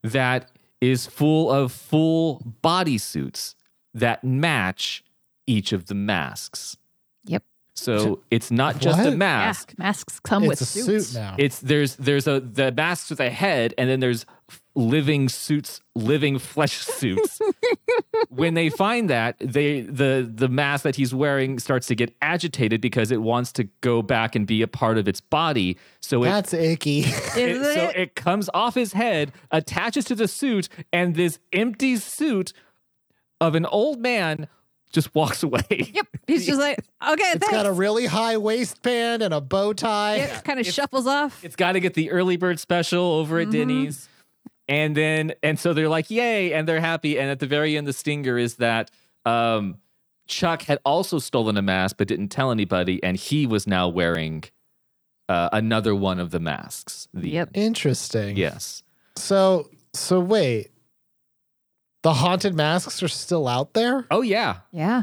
C: that is full of full bodysuits that match each of the masks
D: Yep.
C: so it's not just a
B: What?
C: mask
D: Yeah, masks come
B: it's
D: with
B: a
D: suits.
B: suit now.
C: it's there's there's a the masks with a head, and then there's f- living suits, living flesh suits. when they find that, they the the mask that he's wearing starts to get agitated because it wants to go back and be a part of its body. So it
B: That's icky.
D: Is
C: it- so it comes off his head, attaches to the suit, and this empty suit of an old man just walks away.
D: Yep. He's just like, okay,
B: It's
D: thanks.
B: got a really high waistband and a bow tie.
D: Yep, kind of shuffles off.
C: it's got to get the early bird special over at
D: Mm-hmm.
C: Denny's. And then, and so they're like, yay, and they're happy. And at the very end, the stinger is that um, Chuck had also stolen a mask, but didn't tell anybody. And he was now wearing uh, another one of the masks. The
D: Yep.
B: Interesting.
C: Yes.
B: So so wait. The haunted masks are still out there?
C: Oh, yeah.
D: Yeah.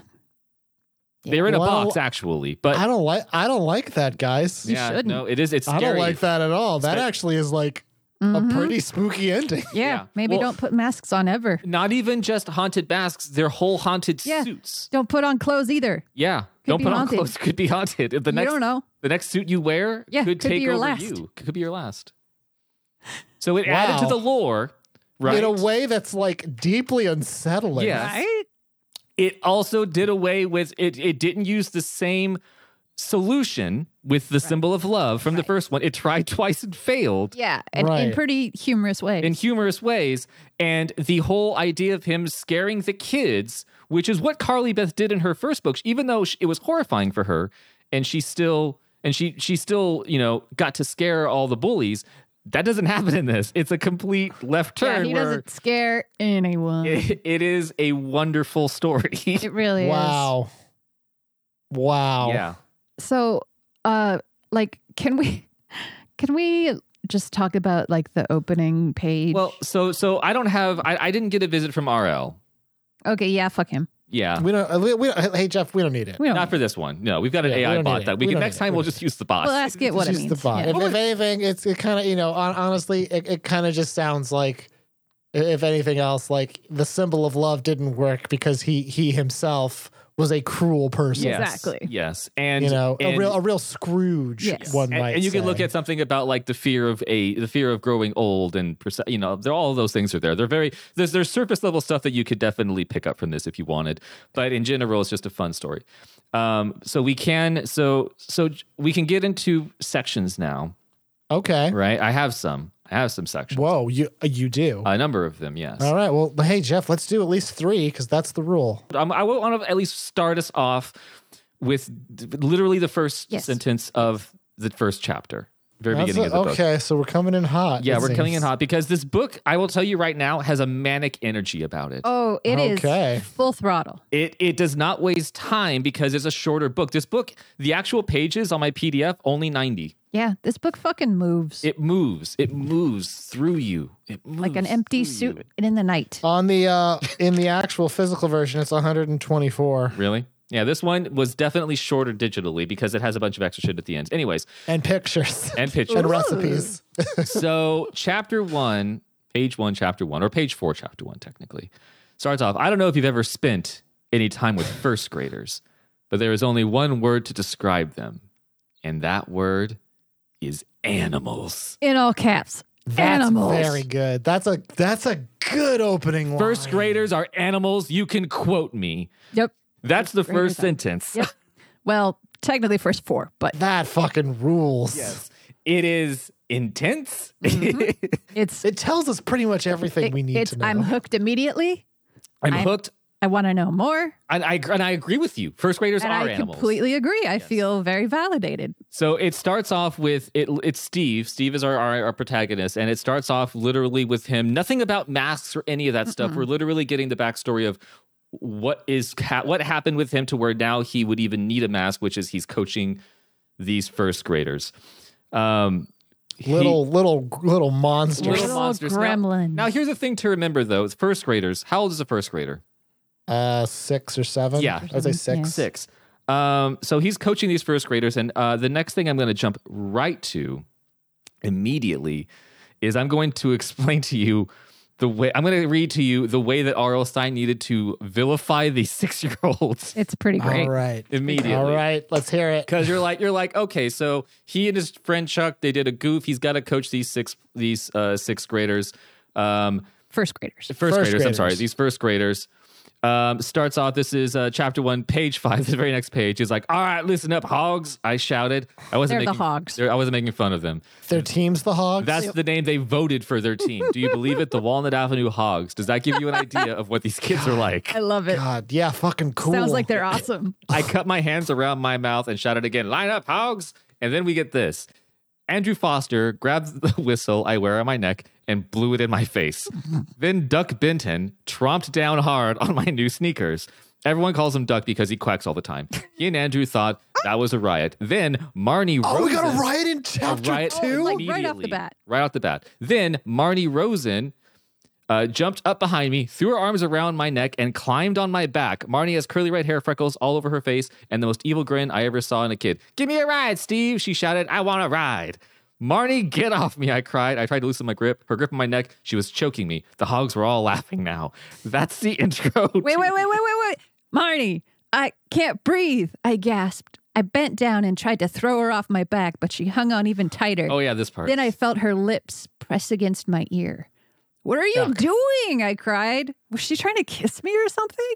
C: They're in a
B: Well,
C: box, actually. But
B: I don't like I don't like that, guys.
C: yeah,
D: shouldn't.
C: no, it is. It's
B: I
C: scary.
B: don't like that at all. That
C: Spe-
B: actually is like
D: Mhm.
B: a pretty spooky ending.
D: yeah.
C: Yeah.
D: Maybe
C: Well-
D: don't put masks on ever.
C: Not even just haunted masks, they're whole haunted
D: Yeah.
C: suits.
D: Don't put on clothes either.
C: Yeah.
D: Could
C: don't
D: be
C: put
D: haunted.
C: on clothes. Could be haunted. The
D: you
C: next
D: don't know.
C: The next suit you wear
D: Yeah,
C: could,
D: could be
C: take
D: your
C: over
D: last.
C: you. Could be your last. So it
B: Wow.
C: added to the lore, right?
B: In a way that's like deeply unsettling.
C: Yes. it also did away with it. It didn't use the same solution with the symbol of love from the first one. It tried twice and failed
D: Yeah. And in
B: Right.
D: pretty humorous ways.
C: in humorous ways. And the whole idea of him scaring the kids, which is what Carly Beth did in her first book, even though sh- it was horrifying for her, and she still and she she still you know got to scare all the bullies. That doesn't happen in this. It's a complete left
D: yeah,
C: turn
D: he
C: where
D: doesn't scare anyone. It,
C: it- it is a wonderful story.
D: really is.
B: Wow. Wow.
C: Yeah.
D: so uh like can we can we just talk about like the opening page
C: Well, so so I don't have I, I didn't get a visit from RL.
D: okay yeah fuck him
C: Yeah.
B: We don't, we, we don't hey Jeff, we don't need it.
D: we don't
C: Not for this one. No, we've got an
B: Yeah, we
C: AI
B: don't need
C: bot
B: it.
C: that we
B: We
C: can
B: don't
C: next
B: need it.
C: time
B: We
C: we'll
B: don't
C: just use the bot.
D: we'll ask it what
B: Just
D: it
B: use
D: means
B: the bot.
D: Yeah.
B: If, if anything, it's it kind of you know hon- honestly, it, it kind of just sounds like i- if anything else, like the symbol of love didn't work because he he himself was a cruel person.
C: Yes,
D: Exactly.
C: Yes, and
B: You know, a
C: and-
B: real a real Scrooge.
D: Yes.
B: One
C: and,
B: might.
C: and you can look
B: say.
C: at something about like the fear of a the fear of growing old and perce- you know they're, all those things are there they're very there's there's surface level stuff that you could definitely pick up from this if you wanted but in general it's just a fun story um so we can so so we can get into sections now
B: Okay.
C: right i have some i have some sections
B: Whoa, you you do.
C: a number of them yes
B: All right. Well, hey Jeff, let's do at least three because that's the rule.
C: um, I want to at least start us off with d- literally the first
D: Yes.
C: sentence of the first chapter, very
B: That's
C: beginning
B: a-
C: of the book.
B: okay, so we're coming in hot.
C: Yeah,
B: it
C: we're coming in
B: seems.
C: hot because this book, I will tell you right now, has a manic energy about it.
D: Oh, it is
B: Okay.
D: full throttle.
C: It it does not waste time because it's a shorter book. This book, the actual pages on my PDF, only 90.
D: Yeah, this book fucking moves
C: It moves. It moves through you. It moves
D: like an empty
C: through
D: suit
C: you.
D: in the night.
B: On the uh in the actual physical version, it's 124.
C: Really? Yeah, this one was definitely shorter digitally because it has a bunch of extra shit at the end. Anyways,
B: And pictures.
C: and pictures.
B: and recipes.
C: so chapter one, page one, chapter one, or page four, chapter one, technically, starts off. I don't know if you've ever spent any time with first graders, but there is only one word to describe them, and that word is animals.
D: in all caps.
B: That's
D: Animals.
B: Very good. That's a that's a good opening line.
C: First graders are animals. You can quote me.
D: Yep.
C: That's the
D: graders
C: first
D: are-
C: sentence.
D: Yep. Well, technically first four, but
B: That fucking rules.
C: Yes. It is intense.
D: Mm-hmm. it's
B: It tells us pretty much everything
D: it-
B: we need
D: it's
B: to know.
D: I'm hooked immediately.
C: I'm
D: I'm-
C: hooked.
D: I want to know more.
C: And I, and I agree with you. First graders
D: And
C: are
D: I
C: animals.
D: completely agree. I feel very validated.
C: So it starts off with it. It's Steve. Steve is our, our our protagonist, and it starts off literally with him. Nothing about masks or any of that stuff. We're literally getting the backstory of what is ha- what happened with him to where now he would even need a mask, which is he's coaching these first graders. Um, he-
B: little little little monsters.
C: Little
D: Little
C: monsters. Now-
D: gremlin.
C: now here's the thing to remember though: it's first graders. How old is a first grader?
B: Uh, six or seven.
C: Yeah.
B: I'd say six.
D: Yeah.
C: Six. Um, so he's coaching these first graders, and uh, the next thing I'm going to jump right to immediately is I'm going to explain to you the way I'm going to read to you the way that R.L. Stein needed to vilify the six year olds
D: It's pretty great.
B: All right.
C: immediately.
B: All right. Let's hear it.
C: Because you're like you're like okay, so he and his friend Chuck they did a goof. He's got to coach these six these uh, sixth graders. Um,
D: First graders.
C: first,
B: First
C: graders, I'm sorry,
B: graders.
C: these first graders. Um, starts off. This is uh, chapter one, page five. The very next page is like, "All right, listen up, hogs!" I shouted. I wasn't
D: They're the
C: making
D: hogs.
C: they're- I wasn't making fun of them.
B: Their team's the hogs.
C: That's the name they voted for their team. Do you believe it? The Walnut Avenue Hogs. Does that give you an idea of what these kids are like?
D: I love it.
B: God. Yeah. Fucking cool.
D: Sounds like they're awesome.
C: I cut my hands around my mouth and shouted again, line up, hogs. And then we get this. Andrew Foster grabbed the whistle I wear on my neck and blew it in my face. then Duck Benton tromped down hard on my new sneakers. Everyone calls him Duck because he quacks all the time. He and Andrew thought that was a riot. Then Marnie
B: Oh, we got
C: Rosen-
B: a riot in chapter
C: riot
B: two.
D: Oh, like right off the
C: immediately.
D: bat.
C: Right off the bat. Then Marnie Rosen uh, jumped up behind me, threw her arms around my neck, and climbed on my back. Marnie has curly red hair, freckles all over her face, and the most evil grin I ever saw in a kid. Give me a ride, Steve, she shouted. I want a ride. Marnie, get off me, I cried. I tried to loosen my grip, her grip on my neck. She was choking me. The hogs were all laughing now. That's the intro.
D: Wait, wait, wait, wait, wait, wait. Marnie, I can't breathe. I gasped. I bent down and tried to throw her off my back, but she hung on even tighter.
C: Oh, yeah, this part.
D: Then I felt her lips press against my ear. What are you doing? I cried. Was she trying to kiss me or something?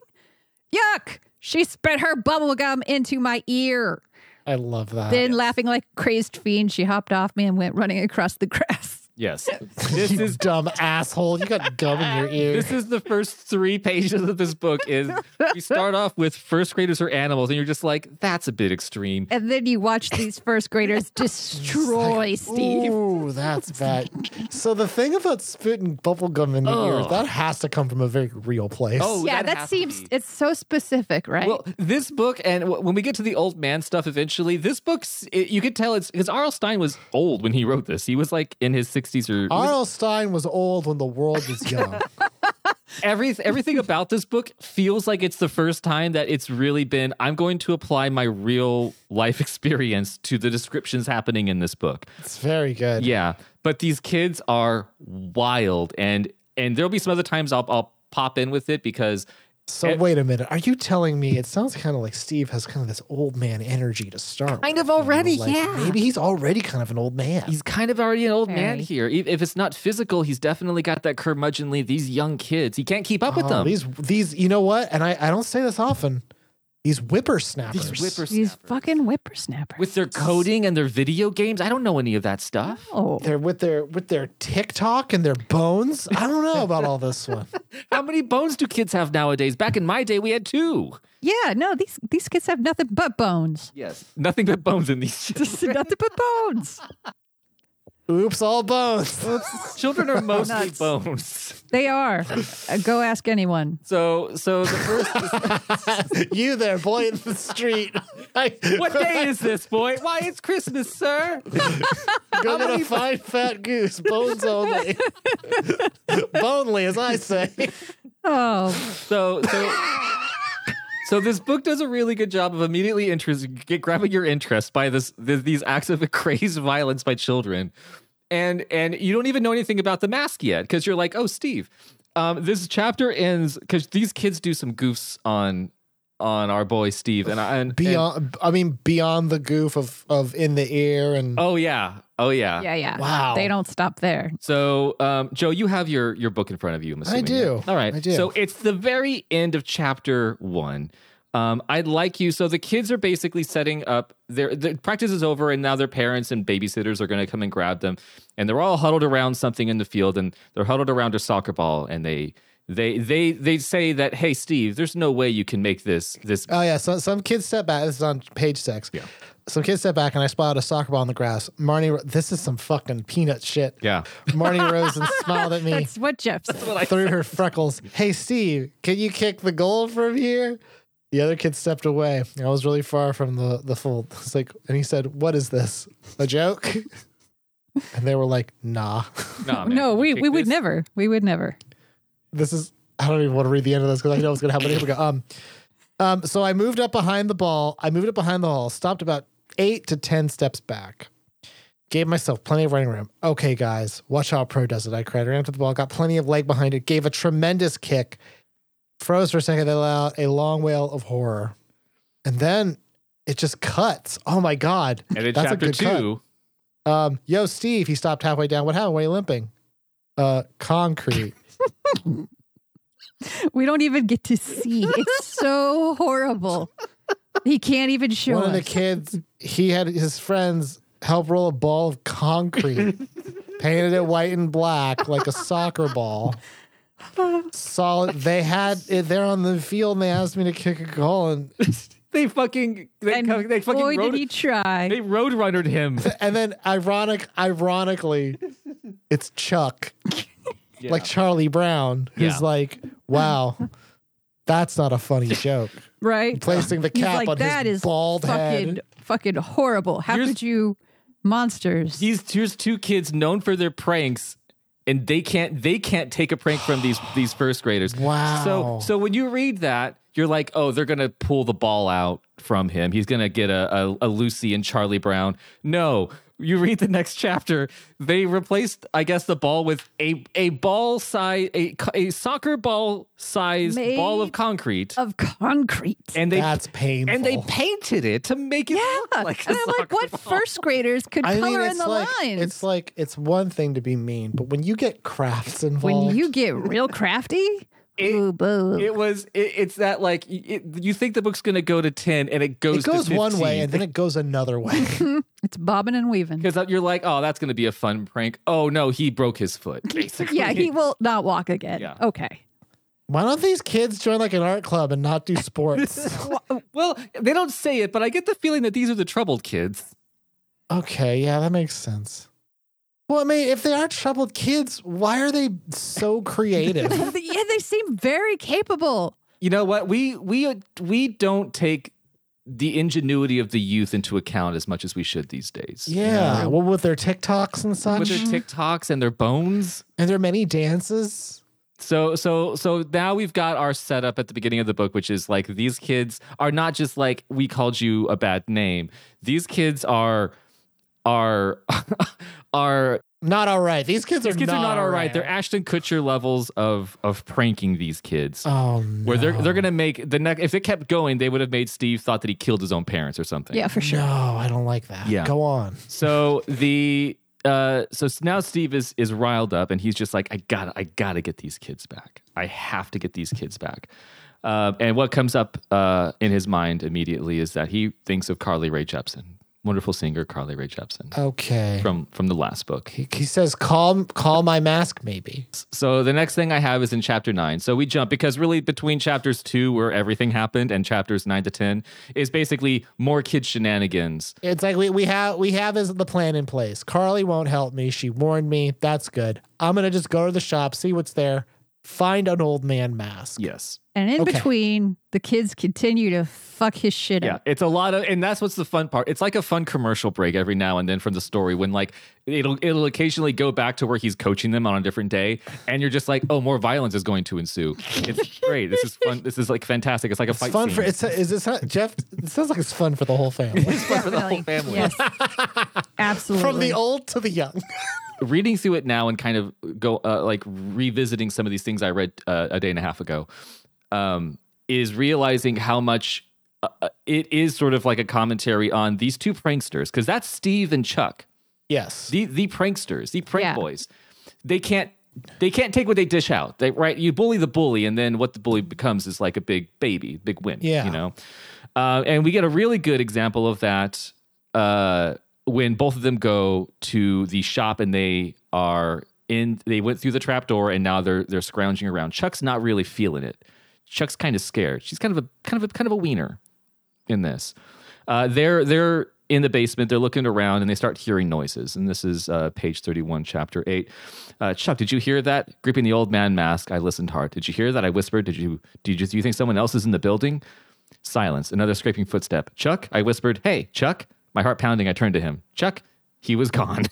D: Yuck! She spit her bubble gum into my ear.
B: I love
C: Oh,
B: that.
D: Then, laughing like a crazed fiend, she hopped off me and went running across the grass.
C: yes. This
B: you
C: is
B: dumb asshole. You got gum in your ear.
C: this is the first three pages of this book is you start off with first graders are animals and you're just like that's a bit extreme
D: And then you watch these first graders destroy Steve.
B: Ooh, that's bad. so the thing about spitting bubblegum in the ear,
C: Ugh.
B: that has to come from a very real place.
C: Oh,
D: yeah,
C: that
D: that,
C: has to
D: seems
C: be.
D: it's so specific, right?
C: well this book and w- when we get to the old man stuff eventually this book s- it, you could tell it's because arl stein was old when he wrote this he was like in his 60s or he was-
B: R.L. Stein was old when the world was young.
C: every, everything about this book feels like it's the first time that it's really been i'm going to apply my real life experience to the descriptions happening in this book
B: it's very good.
C: Yeah, but these kids are wild, and and there'll be some other times I'll I'll pop in with it because
B: So
C: It-
B: wait a minute. Are you telling me it sounds kind of like Steve has kind of this old man energy to start?
C: Kind
B: with,
C: of already,
B: like,
C: yeah.
B: Maybe he's already kind of an old man.
C: He's kind of already an old man
D: Very.
C: here. E- If it's not physical, he's definitely got that curmudgeonly. These young kids, he can't keep up with
B: Oh,
C: them.
B: These these you know what? And I, I don't say this often. These whippersnappers.
C: These whippersnappers.
D: These fucking whippersnappers.
C: with their coding and their video games. I don't know any of that stuff.
D: oh,
B: They're with their with their TikTok and their bones. I don't know about all this one.
C: How many bones do kids have nowadays? Back in my day, we had two.
D: yeah. No, these these kids have nothing but bones.
C: Yes, nothing but bones in these. children.
D: Just nothing but bones.
B: Oops, all bones.
C: children are mostly
D: Nuts.
C: bones.
D: They are. Uh, go ask anyone.
C: So, so the first.
B: you there, boy in the street. I,
C: what day is this, boy? Why it's Christmas, sir.
B: Go get a fine fat goose, bones only. Bonely, as I say.
D: Oh,
C: So, so. So this book does a really good job of immediately interest, get, grabbing your interest by this, th these acts of crazed violence by children, and and you don't even know anything about the mask yet because you're like, oh, Steve, um, this chapter ends because these kids do some goofs on on our boy Steve, and I and, and-
B: Beyond, I mean, beyond the goof of of in the ear and
C: oh yeah, oh yeah,
D: yeah, yeah.
B: Wow.
D: They don't stop there.
C: So, um, Joe, you have your your book in front of you. I'm assuming.
B: do.
C: All right.
B: I do.
C: So it's the very end of chapter one. Um, I'd like you. So the kids are basically setting up. Their the practice is over, and now their parents and babysitters are going to come and grab them, and they're all huddled around something in the field, and they're huddled around a soccer ball, and they. They they they say that hey Steve, there's no way you can make this this
B: Oh yeah, so some kids step back. This is on page six. Yeah. Some kids step back and I spot a soccer ball on the grass. Marnie, Ro- this is some fucking peanut shit.
C: yeah
B: Marnie rose and smiled at me
D: That's what Jeff said.
B: through her freckles. Hey Steve, can you kick the goal from here? The other kid stepped away. I was really far from the the fold. It's like, and he said, "What is this? A joke?" and they were like, "Nah,
C: no
D: No, we, we would never. We would never.
B: this is." I don't even want to read the end of this because I know what's gonna happen. Here we go. Um, um. So I moved up behind the ball. I moved up behind the hall. Stopped about eight to ten steps back. Gave myself plenty of running room. Okay, guys, watch how a pro does it. I cried. Ran after the ball, got plenty of leg behind it, gave a tremendous kick, froze for a second, then let out a long wail of horror. And then it just cuts. Oh my God.
C: and in
B: That's a
C: chapter
B: good cut.
C: two
B: Um, yo, Steve, he stopped halfway down. What happened? Why are you limping? Uh, concrete.
D: We don't even get to see. It's so horrible. He can't even show
B: One
D: us.
B: of the kids, he had his friends help roll a ball of concrete, painted it white and black like a soccer ball. Solid. They had it there on the field, and they asked me to kick a goal, and
C: they fucking they,
D: and
C: co- they fucking
D: boy,
C: road,
D: did he try.
C: they roadrunnered him
B: and then ironic, ironically, it's Chuck,
C: Yeah.
B: like Charlie Brown, who's
C: Yeah.
B: like, "Wow, that's not a funny joke."
D: right?
B: Placing the
D: He's
B: cap
D: like,
B: on
D: that
B: his
D: is
B: bald
D: fucking,
B: head.
D: fucking horrible. How
C: Here's-
D: could you, monsters?
C: these here's two kids known for their pranks and they can't they can't take a prank from these these first graders
B: Wow.
C: so so when you read that you're like oh they're gonna pull the ball out from him he's gonna get a, a, a lucy and charlie brown no you read the next chapter they replaced i guess the ball with a a ball size a, co- a soccer ball sized
D: Made
C: ball of concrete
D: of concrete.
C: and they
B: That's painful.
C: and they painted it to make it
D: yeah.
C: look like a
D: and I'm like,
C: soccer
D: what
C: ball.
D: first graders could
B: I
D: color
B: mean, it's
D: in the
B: like
D: lines?
B: it's like it's one thing to be mean, but when you get crafts involved,
D: when you get real crafty,
C: It-
D: boo boo.
C: It was. It, it's that like y- it, you think the book's gonna go to ten, and it goes.
B: it goes
C: to
B: one way and then it goes another way.
D: it's bobbing and weaving.
C: because you're like, oh, that's gonna be a fun prank. Oh no, he broke his foot. Basically,
D: Yeah, he will not walk again.
C: Yeah.
D: Okay.
B: Why don't these kids join like an art club and not do sports?
C: well, they don't say it, but I get the feeling that these are the troubled kids.
B: okay, yeah, that makes sense. Well, I mean, if they are troubled kids, why are they so creative?
D: yeah, they seem very capable.
C: You know what? We we we don't take the ingenuity of the youth into account as much as we should these days.
B: yeah, well, with their TikToks and such,
C: with their TikToks and their bones.
B: and their many dances.
C: So so so now we've got our setup at the beginning of the book, which is like these kids are not just like we called you a bad name. These kids are are are
B: Not all right. These kids
C: These
B: are
C: kids
B: not
C: are not all right. They're
B: alright.
C: Ashton Kutcher levels of of pranking these kids.
B: Oh no.
C: where they're they're gonna make the next if they kept going, they would have made Steve thought that he killed his own parents or something.
D: Yeah, for sure.
B: No, I don't like that.
C: Yeah.
B: Go on.
C: So the uh so now Steve is is riled up and he's just like, I gotta I gotta get these kids back. I have to get these kids back. Uh, and what comes up uh, in his mind immediately is that he thinks of Carly Rae Jepsen, wonderful singer Carly Rae Jepsen
B: Okay.
C: from from the last book.
B: he, he says, "Call, call my mask, maybe."
C: So the next thing I have is in chapter nine. So we jump because really between chapters two, where everything happened, and chapters nine to ten is basically more kid shenanigans.
B: It's like we, we have we have is the plan in place. Carly won't help me. She warned me. That's good. I'm gonna just go to the shop, see what's there, find an old man mask.
C: Yes.
D: And in
B: Okay.
D: between, the kids continue to fuck his shit
C: Yeah,
D: up.
C: it's a lot of, and that's what's the fun part. It's like a fun commercial break every now and then from the story when like it'll it'll occasionally go back to where he's coaching them on a different day, and you're just like, oh, more violence is going to ensue. It's great. This is fun. This is like fantastic. It's like a
B: It's
C: fight
B: fun
C: scene.
B: for it's is this Jeff? It sounds like it's fun for the whole family,
C: It's fun for the whole family.
D: Yes. Absolutely.
B: from the old to the young.
C: reading through it now and kind of go uh, like revisiting some of these things I read uh, a day and a half ago um, is realizing how much uh, uh, it is sort of like a commentary on these two pranksters because that's Steve and Chuck,
B: yes.
C: the the pranksters, the prank
D: Yeah.
C: boys. They can't they can't take what they dish out. They right you bully the bully and then what the bully becomes is like a big baby, big wimp.
B: Yeah.
C: you know. Uh, and we get a really good example of that uh, when both of them go to the shop and they are in. They went through the trap door and now they're they're scrounging around. Chuck's not really feeling it. Chuck's kind of scared. She's kind of a kind of a kind of a wiener in this. Uh, they're they're in the basement. They're looking around and they start hearing noises. And this is uh, page thirty one, chapter eight. Uh, Chuck, did you hear that? Gripping the old man mask, I listened hard. Did you hear that? I whispered. Did you did you, do you think someone else is in the building? Silence. Another scraping footstep. Chuck, I whispered. Hey, Chuck. My heart pounding. I turned to him. Chuck, he was gone.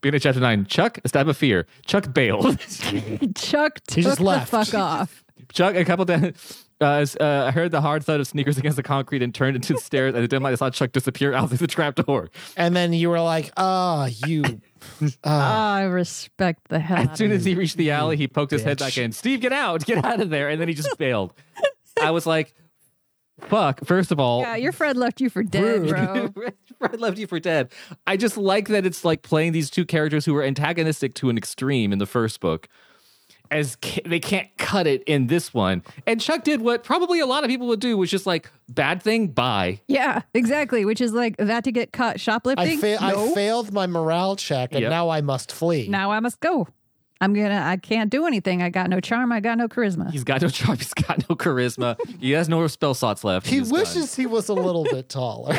C: Being at chapter nine, Chuck, a stab of fear. Chuck bailed.
D: Chuck took
B: just
D: the
B: left.
D: fuck off.
C: Chuck, a couple down. Uh, s- uh, I heard the hard thud of sneakers against the concrete and turned into the stairs. At the dim light, I saw Chuck disappear out through the trapdoor.
B: And then you were like, "Ah, you." Ah.
D: Ah, I respect the hell. out
C: As
D: of
C: soon as he reached the alley, he poked his head back
B: bitch.
C: in. Steve, get out! Get out of there! And then he just bailed. I was like, "Fuck!" First of all,
D: Yeah, your friend left you for dead, bro.
C: Fred left you for dead. I just like that it's like playing these two characters who were antagonistic to an extreme in the first book. As ca- they can't cut it in this one, and Chuck did what probably a lot of people would do, which is like bad thing, bye.
D: Yeah, exactly. Which is like that to get
B: I,
D: caught shoplifting.
B: fa-
D: no.
B: I failed my morale check, and
C: Yep.
B: now I must flee.
D: now I must go. I'm gonna. I can't do anything. I got no charm. I got no charisma.
C: He's got no charm. He's got no charisma. He has no spell slots left.
B: he
C: He's done.
B: wishes he was a little bit taller.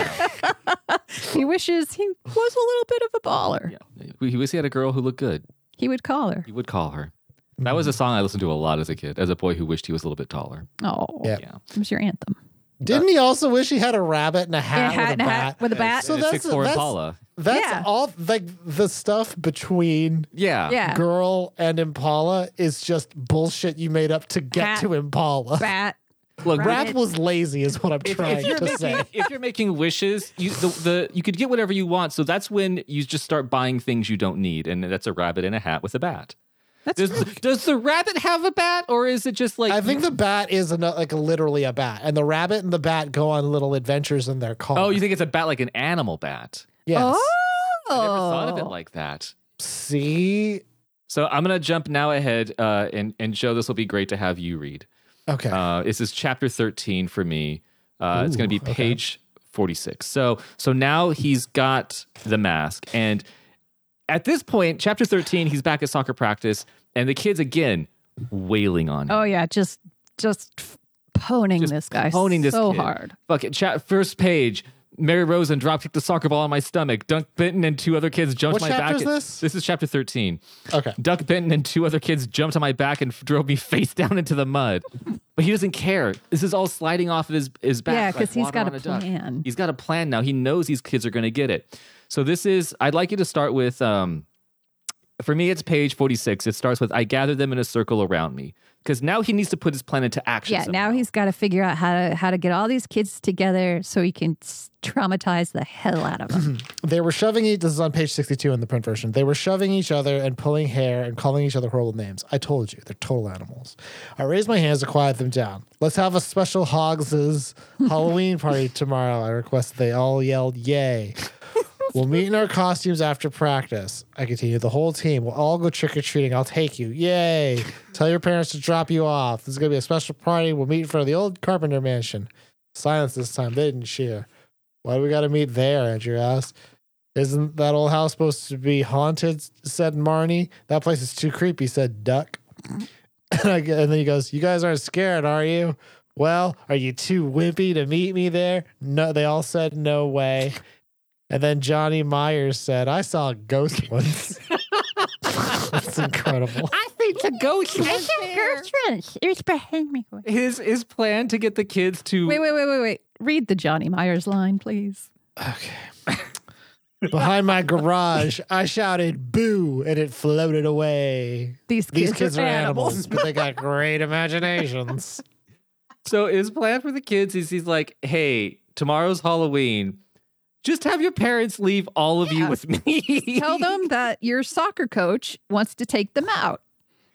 D: he wishes he was a little bit of a baller.
C: Yeah. He wishes he had a girl who looked good.
D: He would call her.
C: He would call her. That was a song I listened to a lot as a kid, as a boy who wished he was a little bit taller.
D: Oh,
B: Yeah.
C: Yeah.
D: it was your anthem.
B: Didn't
C: Uh,
B: he also wish he had a rabbit and a
D: And
B: hat,
D: hat
B: with
D: and
B: a
D: a
B: bat?
D: hat with a bat.
B: So
C: And a
B: that's-
C: 6'4"
B: that's-
C: Impala.
B: That's
D: Yeah.
B: all. Like the stuff between
C: Yeah.
D: yeah,
B: girl and Impala is just bullshit you made up to get
D: Hat.
B: to Impala.
D: bat.
C: Look,
D: Rabbit.
B: Rap was lazy, is what I'm
C: if,
B: trying
C: if you're
B: to
C: making,
B: say.
C: if you're making wishes, you the, the you could get whatever you want. So that's when you just start buying things you don't need, and that's a rabbit in a hat with a bat.
D: That's
C: Does does the rabbit have a bat, or is it just like
B: I think the bat is ano- like literally a bat, and the rabbit and the bat go on little adventures in their car.
C: Oh, you think it's a bat like an animal bat?
B: yes.
D: Oh,
C: I never thought of it like that.
B: See,
C: So I'm gonna jump now ahead, uh, and and Joe, this will be great to have you read.
B: okay,
C: Uh, this is chapter 13 for me. Uh, it's
B: Ooh,
C: going to be
B: okay.
C: page 46. So so now he's got the mask, and at this point, chapter 13, he's back at soccer practice, and the kids again wailing on him.
D: oh yeah, just just f- poning
C: Just
D: this guy
C: poning this
D: so
C: kid.
D: hard.
C: Fuck it. Chat first page. Mary Rosen drop kicked the soccer ball on my stomach. Dunk Benton and two other kids jumped
B: What
C: my
B: chapter
C: back.
B: is
C: and-
B: this?
C: is chapter 13.
B: okay.
C: Duck Benton and two other kids jumped on my back and f- drove me face down into the mud. But he doesn't care. This is all sliding off of his, his back.
D: Yeah,
C: like
D: 'cause he's
C: water
D: got
C: on
D: a
C: duck.
D: plan.
C: He's got a plan now. He knows these kids are going to get it. So this is, I'd like you to start with um, For me, it's page 46. It starts with I gather them in a circle around me. Because now he needs to put his plan into action.
D: Yeah, now
C: somehow.
D: he's got to figure out how to how to get all these kids together so he can s- traumatize the hell out of them.
B: They were shoving each. This is on page sixty-two in the print version. They were shoving each other and pulling hair and calling each other horrible names. I told you, they're total animals. I raised my hands to quiet them down. Let's have a special Hogs's Halloween party tomorrow. I requested. They all yelled, "Yay!" We'll meet in our costumes after practice. I continue. The whole team. We'll all go trick or treating. I'll take you. Yay! Tell your parents to drop you off. This is gonna be a special party. We'll meet in front of the old carpenter mansion. Silence this time. They didn't cheer. Why do we got to meet there? Andrew asked. Isn't that old house supposed to be haunted? Said Marnie. That place is too creepy. Said Duck. and, I, and then he goes, "You guys aren't scared, are you? Well, are you too wimpy to meet me there? No." They all said, "No way." And then Johnny Myers said, "I saw a ghost once." That's incredible.
C: I think to go
D: Gertrude, it's behind me. Wait,
C: his his plan to get the kids to
D: wait, wait, wait, wait. Read the Johnny Myers line, please.
B: Behind my garage, I shouted "Boo!" and it floated away.
D: These kids,
B: These kids are animals, but they got great imaginations.
C: So his plan for the kids is he's like, hey, tomorrow's Halloween. Just have your parents leave all of you
D: Yeah.
C: with me.
D: Tell them that your soccer coach wants to take them out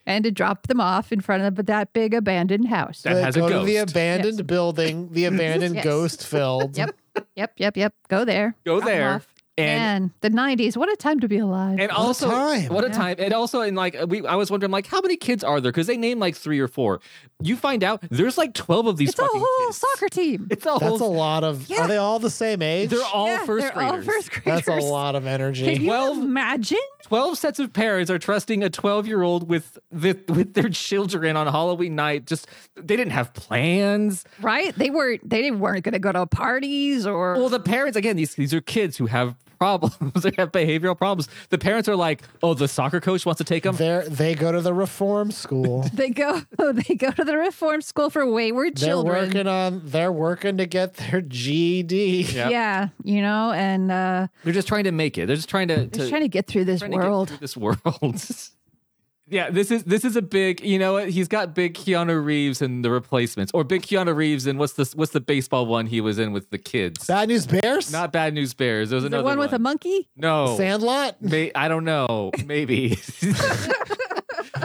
D: and to drop them off in front of that big abandoned house.
C: That
B: They
C: has a
B: go to the
C: ghost.
B: abandoned building, the abandoned
D: Yes.
B: ghost filled.
D: Yep. Yep, yep, yep. Go there.
C: Go
D: Drop 'em
C: there.
D: off.
C: and
D: Man, the 90s. What a time to be alive.
C: and
B: What a
C: also
B: time.
C: what a
D: Yeah.
C: time. And also in like we I was wondering like how many kids are there? Because they name like three or four. You find out there's like twelve of these
D: it's a
C: fucking
D: whole
C: kids.
D: soccer team.
C: It's a
B: That's a
C: whole
B: lot of.
D: Yeah.
B: Are they all the same age?
C: they're all
D: Yeah,
C: first
D: they're all
C: graders.
D: first graders.
B: That's a lot of
D: Can
B: energy.
D: you
C: 12
D: imagine?
C: Twelve sets of parents are trusting a twelve-year-old with the, with their children on Halloween night. Just they didn't have plans.
D: Right? They weren't. They didn't, weren't going to go to parties or.
C: Well, the parents again. These these are kids who have problems. they have behavioral problems. The parents are like, "Oh, the soccer coach wants to take them."
B: They're, they go to the reform school.
D: they go. They go to the reform school for wayward
B: they're
D: children.
B: working on. They're working to get their E GED.
C: Yep.
D: Yeah, you know, and uh,
C: They're just trying to make it. They're just trying to,
D: just
C: to
D: trying to get through this
C: trying to get
D: world.
C: through this world. yeah, this is this is a big. You know what? He's got big Keanu Reeves and the replacements, or big Keanu Reeves and what's this? What's the baseball one he was in with the kids?
B: Bad news bears.
C: Not Bad News Bears. There was
D: the
C: another
D: one, with a monkey.
C: No.
B: Sandlot.
C: May, I don't know. Maybe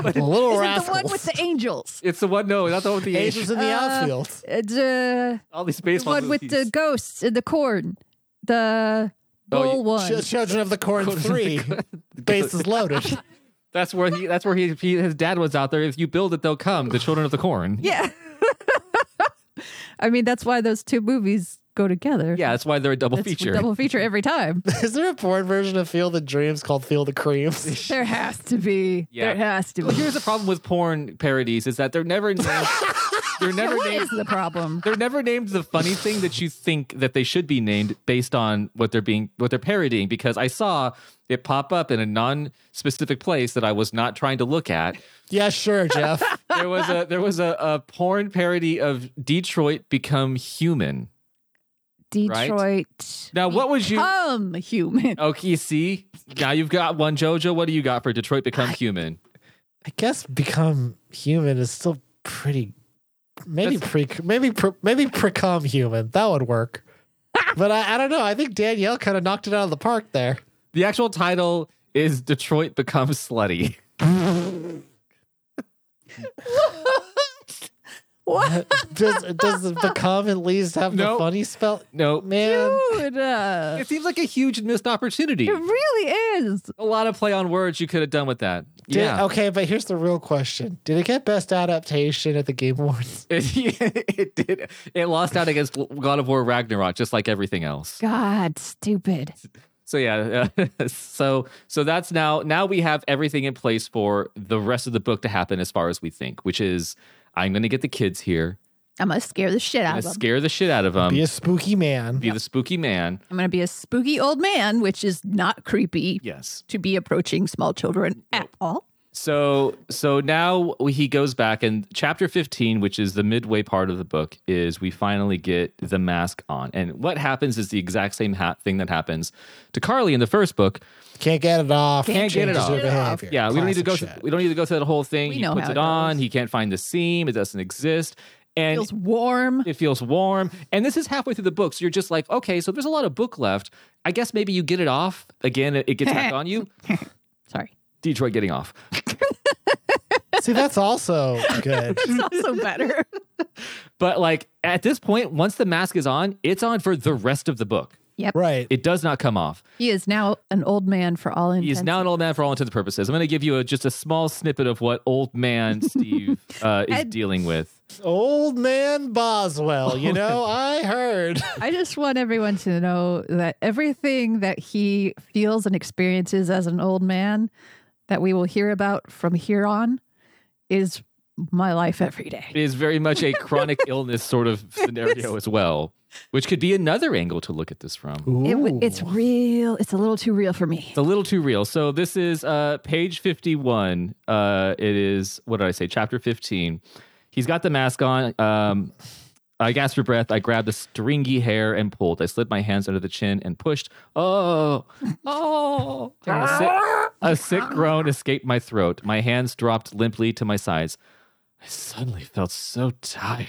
B: Little
D: Is it
B: rascals.
D: the one with the angels?
C: it's the one. No, not the one with the
B: Angels
C: Asians.
B: in the
D: Uh,
B: outfield.
D: It's uh,
C: All these
D: the
C: baseball.
D: one with
C: movies.
D: the ghosts and the corn. The
C: Oh,
D: bull
C: you-
D: one.
B: Ch- Children of the Corn three. Bases loaded.
C: That's where he. That's where he, he. His dad was out there. If you build it, they'll come. The children of the corn.
D: yeah. I mean, that's why those two movies go together.
C: Yeah, that's why they're a double
D: It's
C: feature.
D: Double feature every time.
B: Is there a porn version of Field of Dreams called Field of Creams?
D: There has to be.
C: Yeah.
D: There has to
C: Well,
D: be.
C: here's the problem with porn parodies: is that they're never named. they're never
D: What
C: named.
D: is the problem?
C: They're never named the funny thing that you think that they should be named based on what they're being what they're parodying. Because I saw it pop up in a non-specific place that I was not trying to look at.
B: yeah, sure, Jeff.
C: There was a there was a, a porn parody of Detroit Become Human.
D: Detroit.
C: Now, what would you-
D: Oh, become human?
C: Okay, see now you've got one JoJo. What do you got for Detroit Become Human?
B: I guess become human is still pretty. Maybe pre, maybe pre, maybe precome human. That would work. but I, I don't know. I think Danielle kind of knocked it out of the park there.
C: The actual title is Detroit Becomes Slutty.
D: what?
B: Does does the become at least have the
C: Nope.
B: funny spell?
C: No,
B: Man,
D: Dude, uh,
C: it seems like a huge missed opportunity.
D: it really is.
C: A lot of play on words you could have done with that.
B: did,
C: yeah.
B: Okay, but here's the real question: Did it get best adaptation at the Game Awards?
C: It, it did. It lost out against God of War Ragnarok, just like everything else.
D: God, stupid.
C: So yeah, uh, so so that's now now we have everything in place for the rest of the book to happen as far as we think, which is I'm going to get the kids here,
D: I'm gonna scare the shit
C: I'm
D: out
C: going
D: of
C: to
D: them.
C: scare the shit out of them,
B: Be a spooky man.
C: be the spooky man.
D: I'm gonna be a spooky old man, which is not creepy
C: Yes.
D: to be approaching small children at all.
C: So so now he goes back and chapter 15 which is the midway part of the book is we finally get the mask on. And what happens is the exact same ha- thing that happens to Carly in the first book.
F: Can't get it off.
C: Can't get it
F: Changes
C: off.
F: your behavior.
C: Yeah, we don't need to go
F: Classic
C: through,
F: shit.
C: we don't need to go through the whole thing.
D: We
C: he
D: know
C: puts
D: how
C: it
D: it
C: on,
D: goes.
C: he can't find the seam, it doesn't exist. And
D: Feels warm.
C: it feels warm. And this is halfway through the book. So you're just like, okay, so there's a lot of book left. I guess maybe you get it off. Again, it it gets back on you.
D: Sorry.
C: Detroit getting off.
F: See, that's also good.
D: It's also better.
C: But like at this point, once the mask is on, it's on for the rest of the book.
F: Right.
C: It does not come off.
D: He is now an old man for all
C: He
D: intents.
C: is now an old man for all intents and purposes. I'm going to give you a, just a small snippet of what old man Steve uh, is
D: Ed-
C: dealing with.
F: Old man Boswell, you know, I heard.
D: I just want everyone to know that everything that he feels and experiences as an old man that we will hear about from here on is my life every day.
C: It is very much a chronic illness sort of scenario as well, which could be another angle to look at this from.
D: It w- it's real. It's a little too real for me.
C: It's a little too real. So this is uh, page 51. Uh, it is, what did I say? Chapter 15. He's got the mask on. Um, I gasped for breath. I grabbed the stringy hair and pulled. I slid my hands under the chin and pushed. Oh, oh. And a, sick, a sick groan escaped my throat. My hands dropped limply to my sides. I suddenly felt so tired,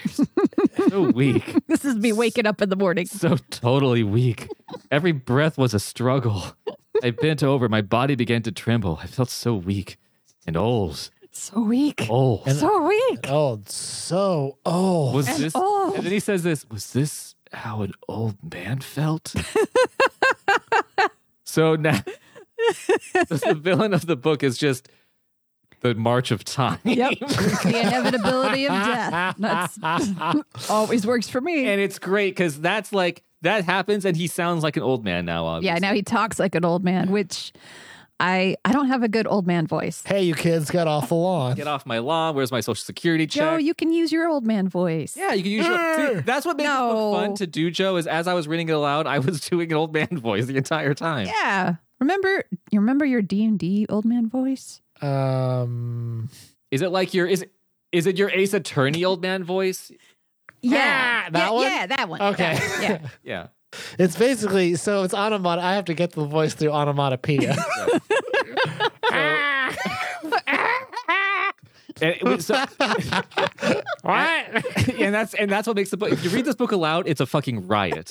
C: so weak
D: This is me waking up in the morning.
C: so totally weak. Every breath was a struggle. I bent over. My body began to tremble. I felt so weak and old.
D: So weak.
C: Old.
D: So weak.
F: old, Oh, so old.
C: was
D: and
C: this?
D: old.
C: And then he says this. Was this how an old man felt? so now, the villain of the book is just the march of time.
D: Yep. the inevitability of death. That's always works for me.
C: and it's great because that's like that happens, and he sounds like an old man now. Obviously.
D: yeah, now he talks like an old man, which I I don't have a good old man voice.
F: hey, you kids got off the lawn.
C: Get off my lawn. Where's my social security check?
D: Joe, you can use your old man voice.
C: Yeah, you can use your. See, that's what makes it
D: No.
C: fun to do, Joe. Is as I was reading it aloud, I was doing an old man voice the entire time.
D: Yeah. Remember you remember your D and D old man voice?
F: Um,
C: Is it like your is it, is it your Ace Attorney old man voice?
D: Yeah.
F: that
D: yeah,
F: one?
D: yeah, that one.
F: Okay.
D: That one.
C: Yeah.
D: Yeah.
F: it's basically so it's onomatopoeia. I have to get the voice through onomatopoeia.
C: And, it was- so, and that's and that's what makes the book. If you read this book aloud, it's a fucking riot.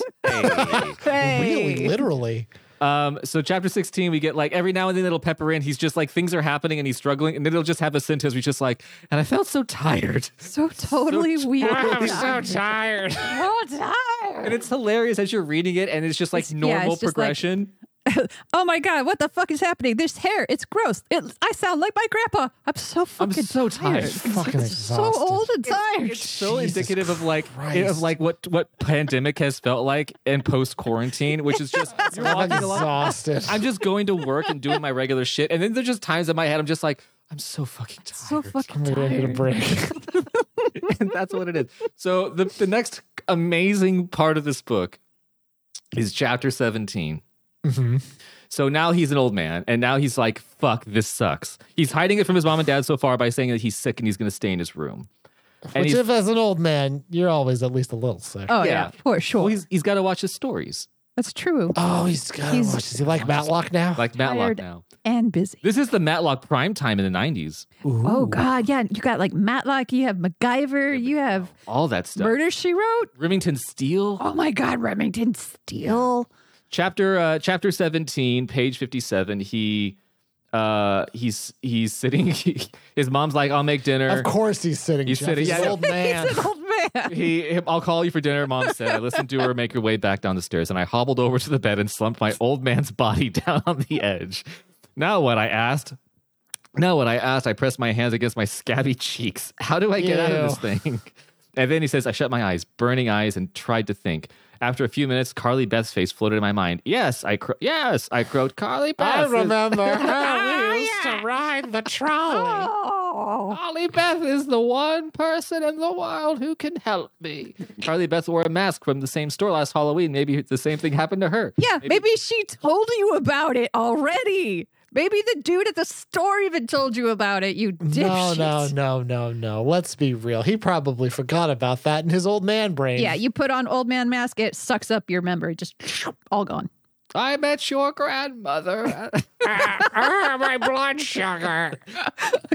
C: Hey.
F: really, literally.
C: Um, so chapter 16, we get like every now and then it'll pepper in. He's just like things are happening and he's struggling, and then it'll just have a sentence. We just like, and I felt so tired.
D: So totally weird.
F: tired.
D: so
C: And
D: tired.
C: it's hilarious as you're reading it, and it's just like
D: It's- yeah,
C: normal
D: it's just like-
C: progression.
D: Oh my god, what the fuck is happening? This hair, it's gross. It, I sound like my grandpa. I'm so
C: I'm
D: fucking
C: so tired.
F: Fucking
D: so
F: exhausted.
D: old and tired.
C: It's so
F: Jesus
C: indicative of like
F: Christ.
C: of like what what pandemic has felt like in post quarantine, which is just you're
F: I'm
C: walking along.
F: exhausted.
C: I'm just going to work and doing my regular shit, and then there's just times in my head I'm just like I'm so fucking tired.
D: so fucking
F: I'm gonna
D: tired.
F: get a break.
C: and that's what it is. So the the next amazing part of this book is chapter 17.
F: Mhm.
C: So now he's an old man, and now he's like, "Fuck, this sucks." He's hiding it from his mom and dad so far by saying that he's sick and he's going to stay in his room. And
F: Which,
C: he's,
F: if as an old man, you're always at least a little sick.
D: Oh
C: Yeah.
D: yeah, for sure.
C: well, he's he's got to watch his stories
D: That's true.
F: Oh, he's got.
D: He's-
F: Is he like Matlock now?
C: like Matlock
D: Tired.
C: now.
D: And busy.
C: This is the Matlock prime time in the '90s.
D: Oh God, yeah. You got like Matlock. You have MacGyver. you have
C: All that stuff.
D: Murder She Wrote.
C: Remington Steele,
D: Oh my God, Remington Steele.
C: chapter uh, chapter 17, page 57. He uh he's he's sitting. his mom's like, "I'll make dinner."
F: Of course he's sitting.
C: He's
F: Jeff.
C: sitting-
F: He's an
C: yeah.
F: old man.
D: He's an old man.
C: he, him- I'll call you for dinner, mom said. I listened to her make her way back down the stairs, and I hobbled over to the bed and slumped my old man's body down on the edge. Now what I asked. Now what I asked, I pressed my hands against my scabby cheeks. How do I get out of this thing? And then he says, I shut my eyes, burning eyes, and tried to think. After a few minutes, Carly Beth's face floated in my mind. Yes, I cro- yes, I croaked. Carly
F: I
C: Beth. is-
F: remember how we used to ride the trolley.
D: Oh.
C: Carly Beth is the one person in the world who can help me. Carly Beth wore a mask from the same store last Halloween. Maybe the same thing happened to her.
D: Yeah, maybe, she told you about it already. Maybe the dude at the store even told you about it, you
F: No,
D: dipshit.
F: no, no, no, no. Let's be real. He probably forgot about that in his old man brain.
D: Yeah, you put on old man mask, it sucks up your memory, just all gone.
C: I met your grandmother.
F: Ah, my blood sugar.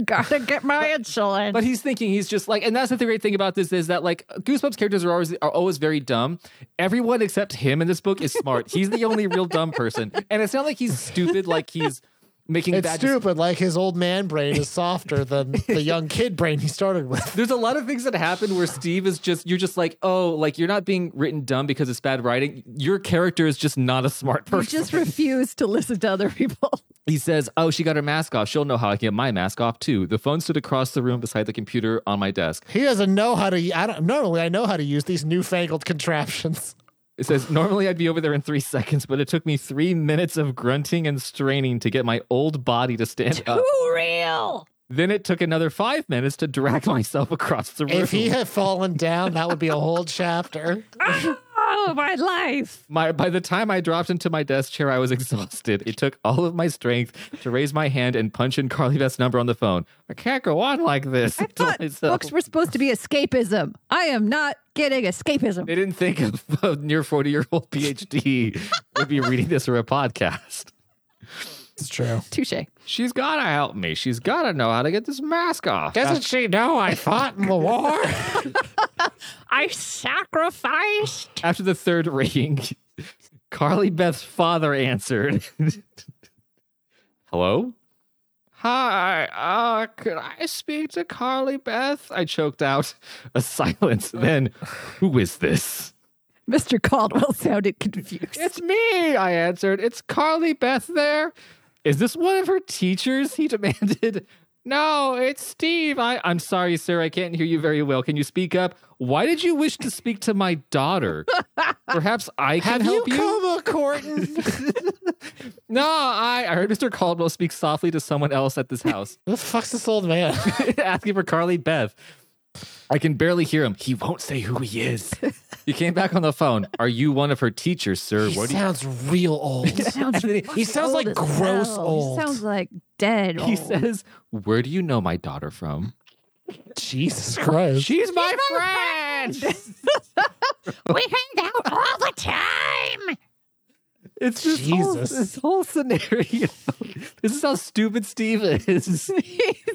D: Gotta get my insulin.
C: but he's thinking he's just like, and that's the great thing about this is that like Goosebumps characters are always are always very dumb. Everyone except him in this book is smart. he's the only real dumb person, and it's not like he's stupid. Like he's making
F: It's
C: bad. dec-
F: stupid. Like his old man brain is softer than the young kid brain he started with.
C: There's a lot of things that happen where Steve is just you're just like oh like you're not being written dumb because it's bad writing. Your character is just not a smart
D: you
C: person.
D: just refuse to listen to other people.
C: He says, Oh, she got her mask off. She'll know how I can get my mask off too. The phone stood across the room beside the computer on my desk.
F: He doesn't know how to. I don't. Normally, I know how to use these newfangled contraptions.
C: It says, Normally I'd be over there in three seconds, but it took me three minutes of grunting and straining to get my old body to stand up.
D: Too real.
C: Then it took another five minutes to drag myself across the room.
F: If he had fallen down, that would be a whole chapter.
D: Oh, my life.
C: my, by the time I dropped into my desk chair, I was exhausted. It took all of my strength to raise my hand and punch in Carly Beth's number on the phone. I can't go on like this.
D: I thought books were supposed to be escapism. I am not getting escapism.
C: They didn't think of a near 40 year old PhD would be reading this or a podcast.
F: It's true.
D: Touche.
C: She's got to help me. She's got to know how to get this mask off.
F: Doesn't she know I fought in the war?
D: I sacrificed.
C: After the third ring, Carly Beth's father answered Hello? Hi, uh, could I speak to Carly Beth? I choked out a silence. Then, who is this?
D: Mr. Caldwell sounded confused.
C: It's me, I answered. It's Carly Beth there. Is this one of her teachers? He demanded. No, it's Steve. I, I'm sorry, sir. I can't hear you very well. Can you speak up? Why did you wish to speak to my daughter? Perhaps I can
F: Have you
C: help you.
F: come a courting?
C: No, I, I heard Mr. Caldwell speak softly to someone else at this house,
F: Who the fuck's this old man?
C: asking for Carly Beth. I can barely hear him. He won't say who he is. he came back on the phone. Are you one of her teachers, sir?
F: He
C: What do you
F: sounds real old.
D: sounds
F: He sounds like gross old.
D: He sounds like dead
C: He
D: old.
C: says, Where do you know my daughter from?
F: Jesus Christ.
C: She's my friend.
D: we hang out all the time.
C: It's this whole,
F: Jesus.
C: this whole scenario. This is how stupid Steve is.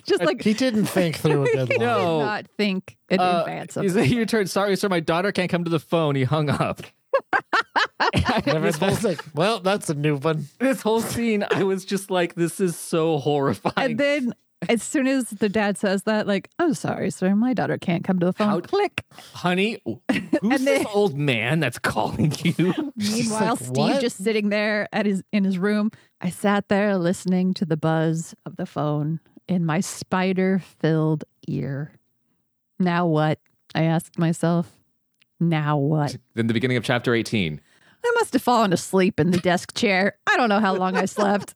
D: Just like
F: He didn't think through a good
C: No.
F: line.
C: Oh.
D: did not think in
C: Uh,
D: advance of
C: He's like, your turn. Sorry, sir. My daughter can't come to the phone. He hung up.
F: Never that's like, well, that's a new one.
C: This whole scene, I was just like, this is so horrifying.
D: And then as soon as the dad says that, like, I'm sorry, sir, my daughter can't come to the phone.
C: How-
D: Click.
C: Honey, who's this
D: then-
C: old man that's calling you?
D: Meanwhile,
F: like,
D: Steve
F: "What?"
D: just sitting there at his in his room. I sat there listening to the buzz of the phone in my spider-filled ear. Now what? I asked myself. Now what?
C: then the beginning of chapter 18.
D: I must have fallen asleep in the desk chair. I don't know how long I slept.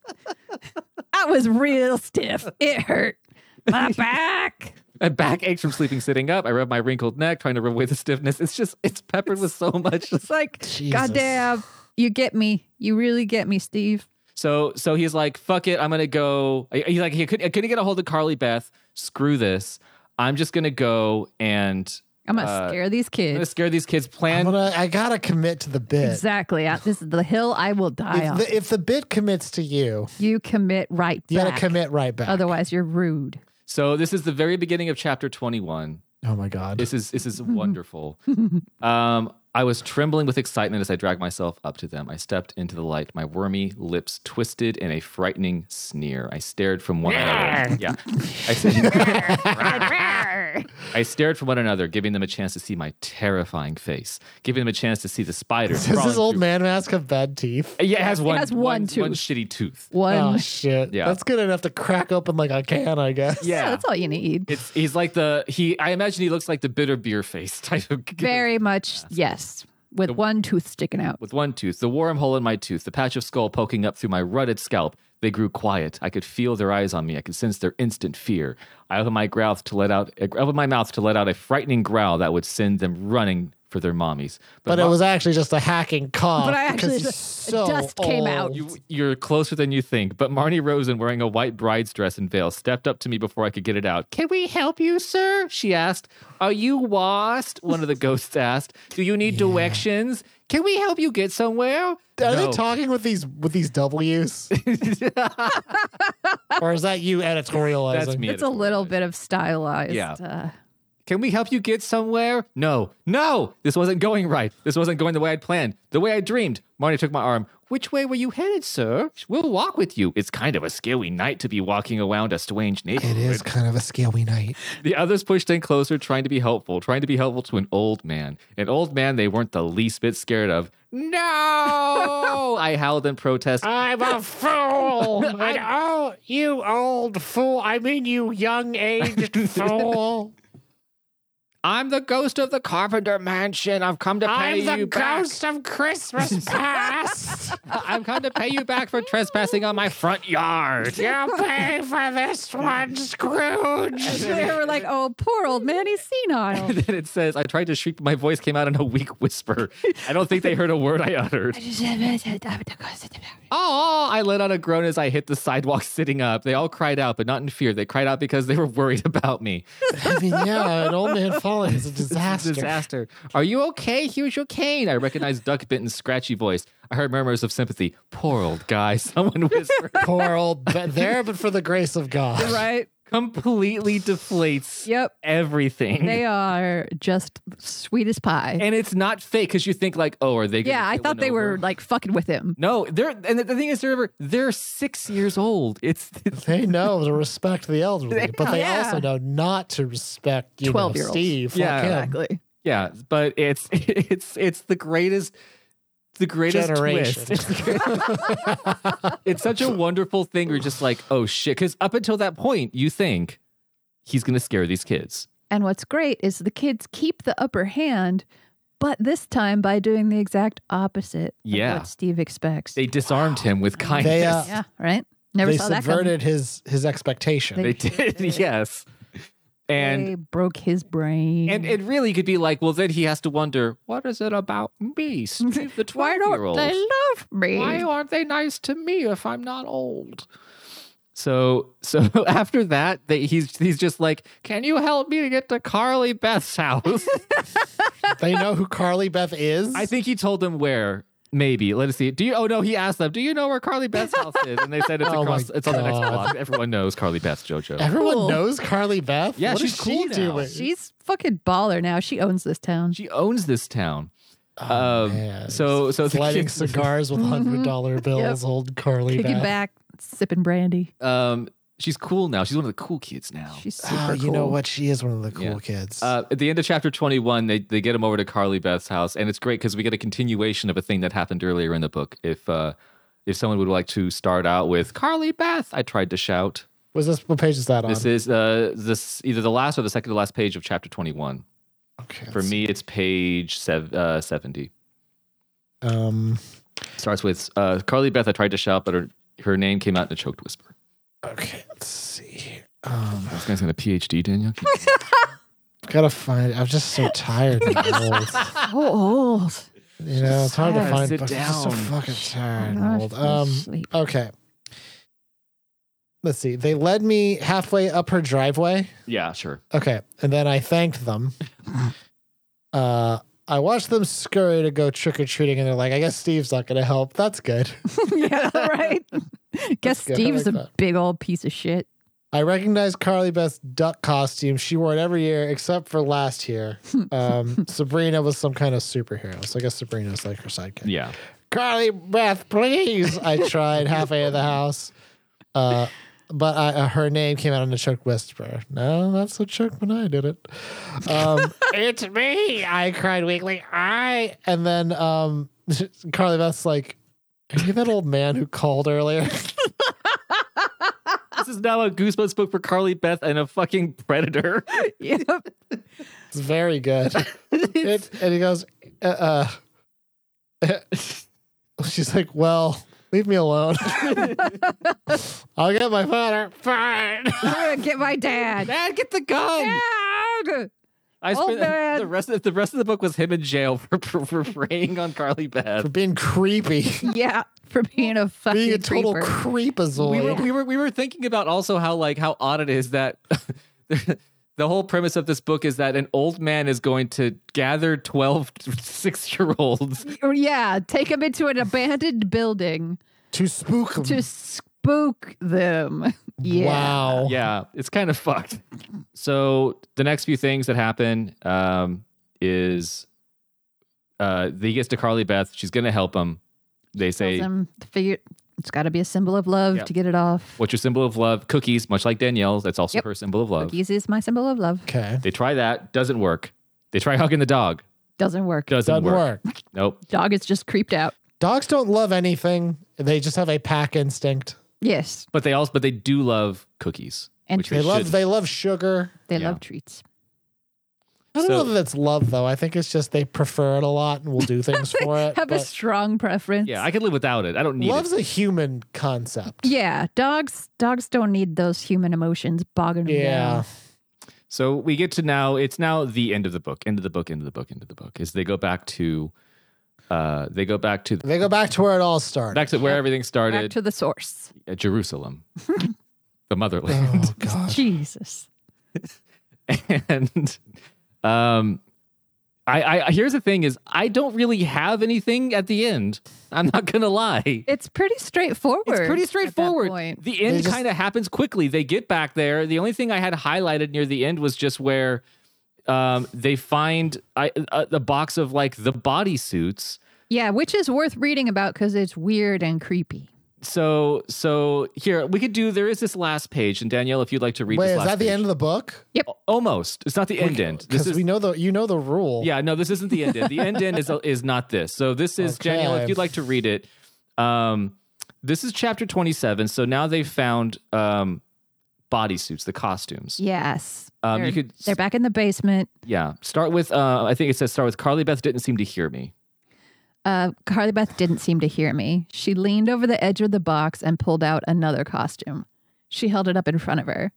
D: I was real stiff. It hurt. My back.
C: A backache from sleeping sitting up. I rub my wrinkled neck, trying to rub away the stiffness. It's just, it's peppered with so much
D: It's like,
F: Jesus.
D: goddamn, you get me. You really get me, Steve.
C: So so he's like, fuck it, I'm gonna go. He's like, he couldn't, I couldn't get a hold of Carly Beth. Screw this. I'm just gonna go and
D: I'm gonna
C: Uh,
D: scare these
C: I'm gonna
D: kids.
C: scare these kids.
F: I'm
C: Plan.
F: gonna, I gotta commit to the bit.
D: Exactly. I- this is the hill I will die
F: If
D: on.
F: the, if the bit commits to you,
D: you commit right
F: you
D: back.
F: gotta commit right back.
D: Otherwise, you're rude.
C: So this is the very beginning of chapter 21.
F: oh my God.
C: This is this is wonderful. um, I was trembling with excitement as I dragged myself up to them. I stepped into the light, my wormy lips twisted in a frightening sneer. I stared from one another. Yeah. I said, I stared from one another, giving them a chance to see my terrifying face, giving them a chance to see the spider.
F: Does
C: crawling
F: this old
C: through-
F: man mask have bad teeth?
C: Yeah, it has one.
D: has one
C: one,
D: tooth.
C: one shitty tooth.
D: One.
F: Oh shit.
C: Yeah.
F: That's good enough to crack open like a can, I guess.
D: yeah, that's all you need.
C: It's he's like the he. I imagine he looks like the bitter beer face type of
D: Very much, yes, with one tooth sticking out.
C: with one tooth, the wormhole in my tooth, the patch of skull poking up through my rutted scalp. They grew quiet. I could feel their eyes on me. I could sense their instant fear. I opened my mouth to let out. I opened my mouth to let out a frightening growl that would send them running for their mommies.
B: But it
C: mo-
B: was actually just a hacking cough.
D: But I
B: because
D: actually
B: he's
D: just- it just came out.
B: old.
C: You, you're closer than you think, but Marnie Rosen, wearing a white bride's dress and veil, stepped up to me before I could get it out. Can we help you, sir? She asked. Are you lost? One of the ghosts asked. Do you need directions? Can we help you get somewhere?
B: Are
C: No.
B: they talking with these with these W's? or is that you editorializing?
C: That's me.
D: It's a little bit of stylized.
C: Yeah.
D: Uh,
C: Can we help you get somewhere? No, no, this wasn't going right. This wasn't going the way I'd planned, the way I dreamed. Marty took my arm. Which way were you headed, sir? We'll walk with you. It's kind of a scary night to be walking around a strange
B: It
C: neighborhood.
B: is kind of a scary night.
C: The others pushed in closer, trying to be helpful, trying to be helpful to an old man. An old man they weren't the least bit scared of. No! I howled in protest.
B: I'm a fool. and oh, you old fool. I mean, you young aged fool.
C: I'm the ghost of the carpenter mansion. I've come to pay you back.
B: of Christmas past.
C: I've come to pay you back for trespassing on my front yard.
B: You'll pay for this one, Scrooge.
D: they were like, oh, poor old man, he's senile.
C: And then it says, I tried to shriek, but my voice came out in a weak whisper. I don't think they heard a word I uttered. Oh, I let out a groan as I hit the sidewalk sitting up. They all cried out, but not in fear. They cried out because they were worried about me.
B: I mean, yeah, an old man falling is a disaster.
C: Disaster. Are you okay? Here's your cane. I recognized Duck Benton's scratchy voice. I heard murmurs of sympathy. Poor old guy, someone whispered.
B: Poor old, but there, but for the grace of God.
D: right?
C: Completely deflates
D: Yep.
C: everything.
D: They are just sweet as pie.
C: and it's not fake because you think like, oh, are they? gonna
D: yeah, I
C: get one
D: thought they were
C: over?
D: like fucking with him.
C: No, they're and the thing is, they're they're six years old. It's, it's
B: They know to respect the elderly, but they
D: Yeah.
B: also know not to respect you know,
D: 12-year-olds.
B: Steve. Fuck
C: Yeah.
B: him.
D: Exactly.
C: yeah, but it's it's it's the greatest the greatest
B: Generation.
C: twist. It's- it's such a wonderful thing. We're just like, oh shit, because up until that point, you think he's gonna scare these kids.
D: And what's great is the kids keep the upper hand, but this time by doing the exact opposite
C: Yeah.
D: of what Steve expects.
C: They disarmed him with kindness.
B: They, uh,
D: yeah, right? Never
B: they
D: saw that coming.
B: subverted his his expectation.
C: They
D: They
C: did,
D: did.
C: yes. And
D: they broke his brain.
C: and it really could be like, well, then he has to wonder, what is it about me, Steve, the
D: why
C: twelve year
D: don't
C: old?
D: they love me?
C: Why aren't they nice to me if I'm not old? So so after that, they, he's he's just like, "Can you help me to get to Carly Beth's house?"
B: they know who Carly Beth is.
C: I think he told them where. Maybe let us see. Do you? Oh no, he asked them. Do you know where Carly Beth's house is? And they said it's
B: Oh my
C: across. It's on the next
B: God.
C: block. Everyone knows Carly Beth's JoJo.
B: everyone
D: Cool.
B: knows Carly Beth.
C: Yeah,
B: What is
C: she's
B: she
C: cool now.
B: doing?
D: She's fucking baller now. She owns this town.
C: She owns this town.
B: Oh,
C: um,
B: man.
C: so so the
B: lighting
C: kids-
B: cigars
D: Mm-hmm.
B: with hundred dollar bills. Old Carly
D: Kicking
B: Beth.
D: back, sipping brandy.
C: Um, she's cool now. She's one of the cool kids now.
D: She's super
B: Oh,
D: cool.
B: you know what? She is one of the cool
C: Yeah.
B: kids.
C: Uh, at the end of chapter 21, they, they get him over to Carly Beth's house, and it's great because we get a continuation of a thing that happened earlier in the book. If uh, if someone would like to start out with Carly Beth, I tried to shout.
B: Was this what page is that on?
C: This is uh, this either the last or the second to last page of chapter 21.
B: okay,
C: For me, it's page sev- uh, 70.
B: Um.
C: Starts with uh, Carly Beth, I tried to shout, but her, her name came out in a choked whisper.
B: Okay. Let's see. here. Um.
C: This guy's got a PhD, Daniel.
B: Gotta find. I'm just so tired. and old.
D: So old.
B: You know, it's hard to
C: tired.
B: find.
C: Sit
B: But I'm just so
C: down.
B: fucking tired.
D: I'm
B: and Old.
D: gonna
B: Um.
D: sleep.
B: Okay. Let's see. They led me halfway up her driveway.
C: yeah, sure.
B: Okay. And then I thanked them. Uh, I watched them scurry to go trick or treating, and they're like, I guess Steve's not going to help. That's good.
D: yeah, right. Guess
B: good. I
D: Steve's
B: like
D: a
B: that.
D: big old piece of shit.
B: I recognized Carly Beth's duck costume. She wore it every year except for last year. Um, Sabrina was some kind of superhero. So I guess Sabrina's like her sidekick.
C: Yeah.
B: Carly Beth, please. I tried halfway of the house. Uh, but I, uh, her name came out in a choked whisper. No, that's a choke when I did it. Um, it's me. I cried weakly. I. And then um, Carly Beth's like, Are you that old man who called earlier?
C: This is now a Goosebumps book for Carly Beth and a fucking predator.
D: Yep.
B: It's very good. It- and he goes, uh, uh, She's like, Well, leave me alone. I'll get my father. Fine.
D: I'm gonna get my dad.
C: Dad, get the gun.
D: Dad!
C: I
D: Old
C: spent
D: man.
C: the rest of the rest of the book was him in jail for for, for preying on Carly Beth.
F: for being creepy,
D: yeah, for being a fucking
F: being a total
D: creeper.
F: creepazoid.
C: we were, we were we were thinking about also how like how odd it is that the whole premise of this book is that an old man is going to gather 12 6 year olds
D: Or, yeah, take them into an abandoned building
F: to spook him.
D: to spook them. Yeah.
F: Wow.
C: yeah it's kind of fucked so the next few things that happen um is uh he gets to carly beth she's gonna help him they say
D: Tells him to figure it's got to be a symbol of love
C: Yep.
D: to get it off.
C: what's your symbol of love cookies much like danielle's that's also
D: Yep.
C: her symbol of love
D: Cookies is my symbol of love.
F: Okay.
C: they try that doesn't work they try hugging the dog
D: Doesn't work.
C: doesn't,
F: Doesn't
C: work.
F: work.
C: nope
D: Dog is just creeped out.
F: Dogs don't love anything. They just have a pack instinct.
D: Yes,
C: But they also, but they do love cookies.
D: And
C: which
D: They
F: They love
C: should.
F: they love sugar.
D: they
C: Yeah.
D: love treats.
F: I don't
C: So-
F: know that it's love though. I think it's just they prefer it a lot and will do things for it.
D: Have a
F: but
D: strong preference.
C: Yeah, I could live without it. I don't need
F: love's
C: it.
F: a human concept.
D: Yeah, dogs dogs don't need those human emotions bogging them
F: Yeah.
D: down.
C: So we get to now. It's now the end of the book. End of the book. End of the book. End of the book. Is they go back to, uh, they go back to
F: They go back to where it all started.
C: back to where everything
D: Back
C: started
D: to the source.
C: at Jerusalem, the motherland,
F: oh god.
D: Jesus.
F: Oh.
C: and um. I, I here's the thing is I don't really have anything at the end. I'm not gonna lie.
D: It's pretty straightforward.
C: It's pretty
D: at that
C: straightforward.
D: point.
C: The end
F: just-
C: kind of happens quickly. They get back there. The only thing I had highlighted near the end was just where um, they find I, uh, the box of like the bodysuits.
D: Yeah, which is worth reading about because it's weird and creepy.
C: So so here we could do. There is this last page, and Danielle, if you'd like to read.
F: Wait,
C: this
F: is
C: last
F: that the
C: page.
F: end of the book?
C: Almost. It's not the end. End. This
F: Because
C: is
F: we know the you know the rule.
C: Yeah, no, this isn't the end. end. The end end is uh, is not this. So this is
F: Okay.
C: Danielle. If you'd like to read it, um, this is chapter twenty seven. So now they've found um, bodysuits, the costumes.
D: Yes.
C: Um,
D: they're,
C: you could
D: they're back in the basement.
C: yeah start with. Uh, I think it says start with Carly Beth didn't seem to hear me.
D: Uh, Carly Beth didn't seem to hear me. She leaned over the edge of the box and pulled out another costume. She held it up in front of her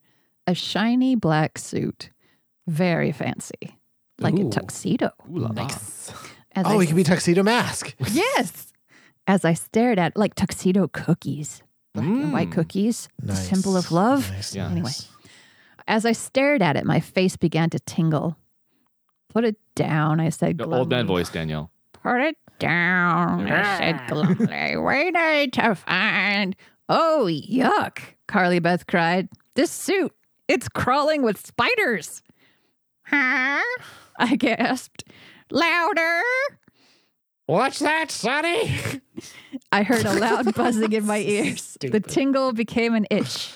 D: a shiny black suit. Very fancy, like
C: Ooh.
D: a tuxedo.
C: Ooh la la.
D: As
F: Oh,
D: I
F: it can be tuxedo mask.
D: Yes. As I stared at like tuxedo cookies, black and white
C: Mm.
D: cookies, the
F: Nice.
D: symbol of love.
F: Nice,
C: Yeah.
D: Anyway.
F: nice.
D: As I stared at it, my face began to tingle. Put it down, I said
C: The
D: glumly.
C: old man voice, Danielle.
D: Put it down, I said glumly. Wait I to find. Oh, yuck, Carly Beth cried. This suit, it's crawling with spiders. Huh? I gasped. Louder.
F: What's that, Sonny?
D: I heard a loud buzzing in my ears. The tingle became an itch.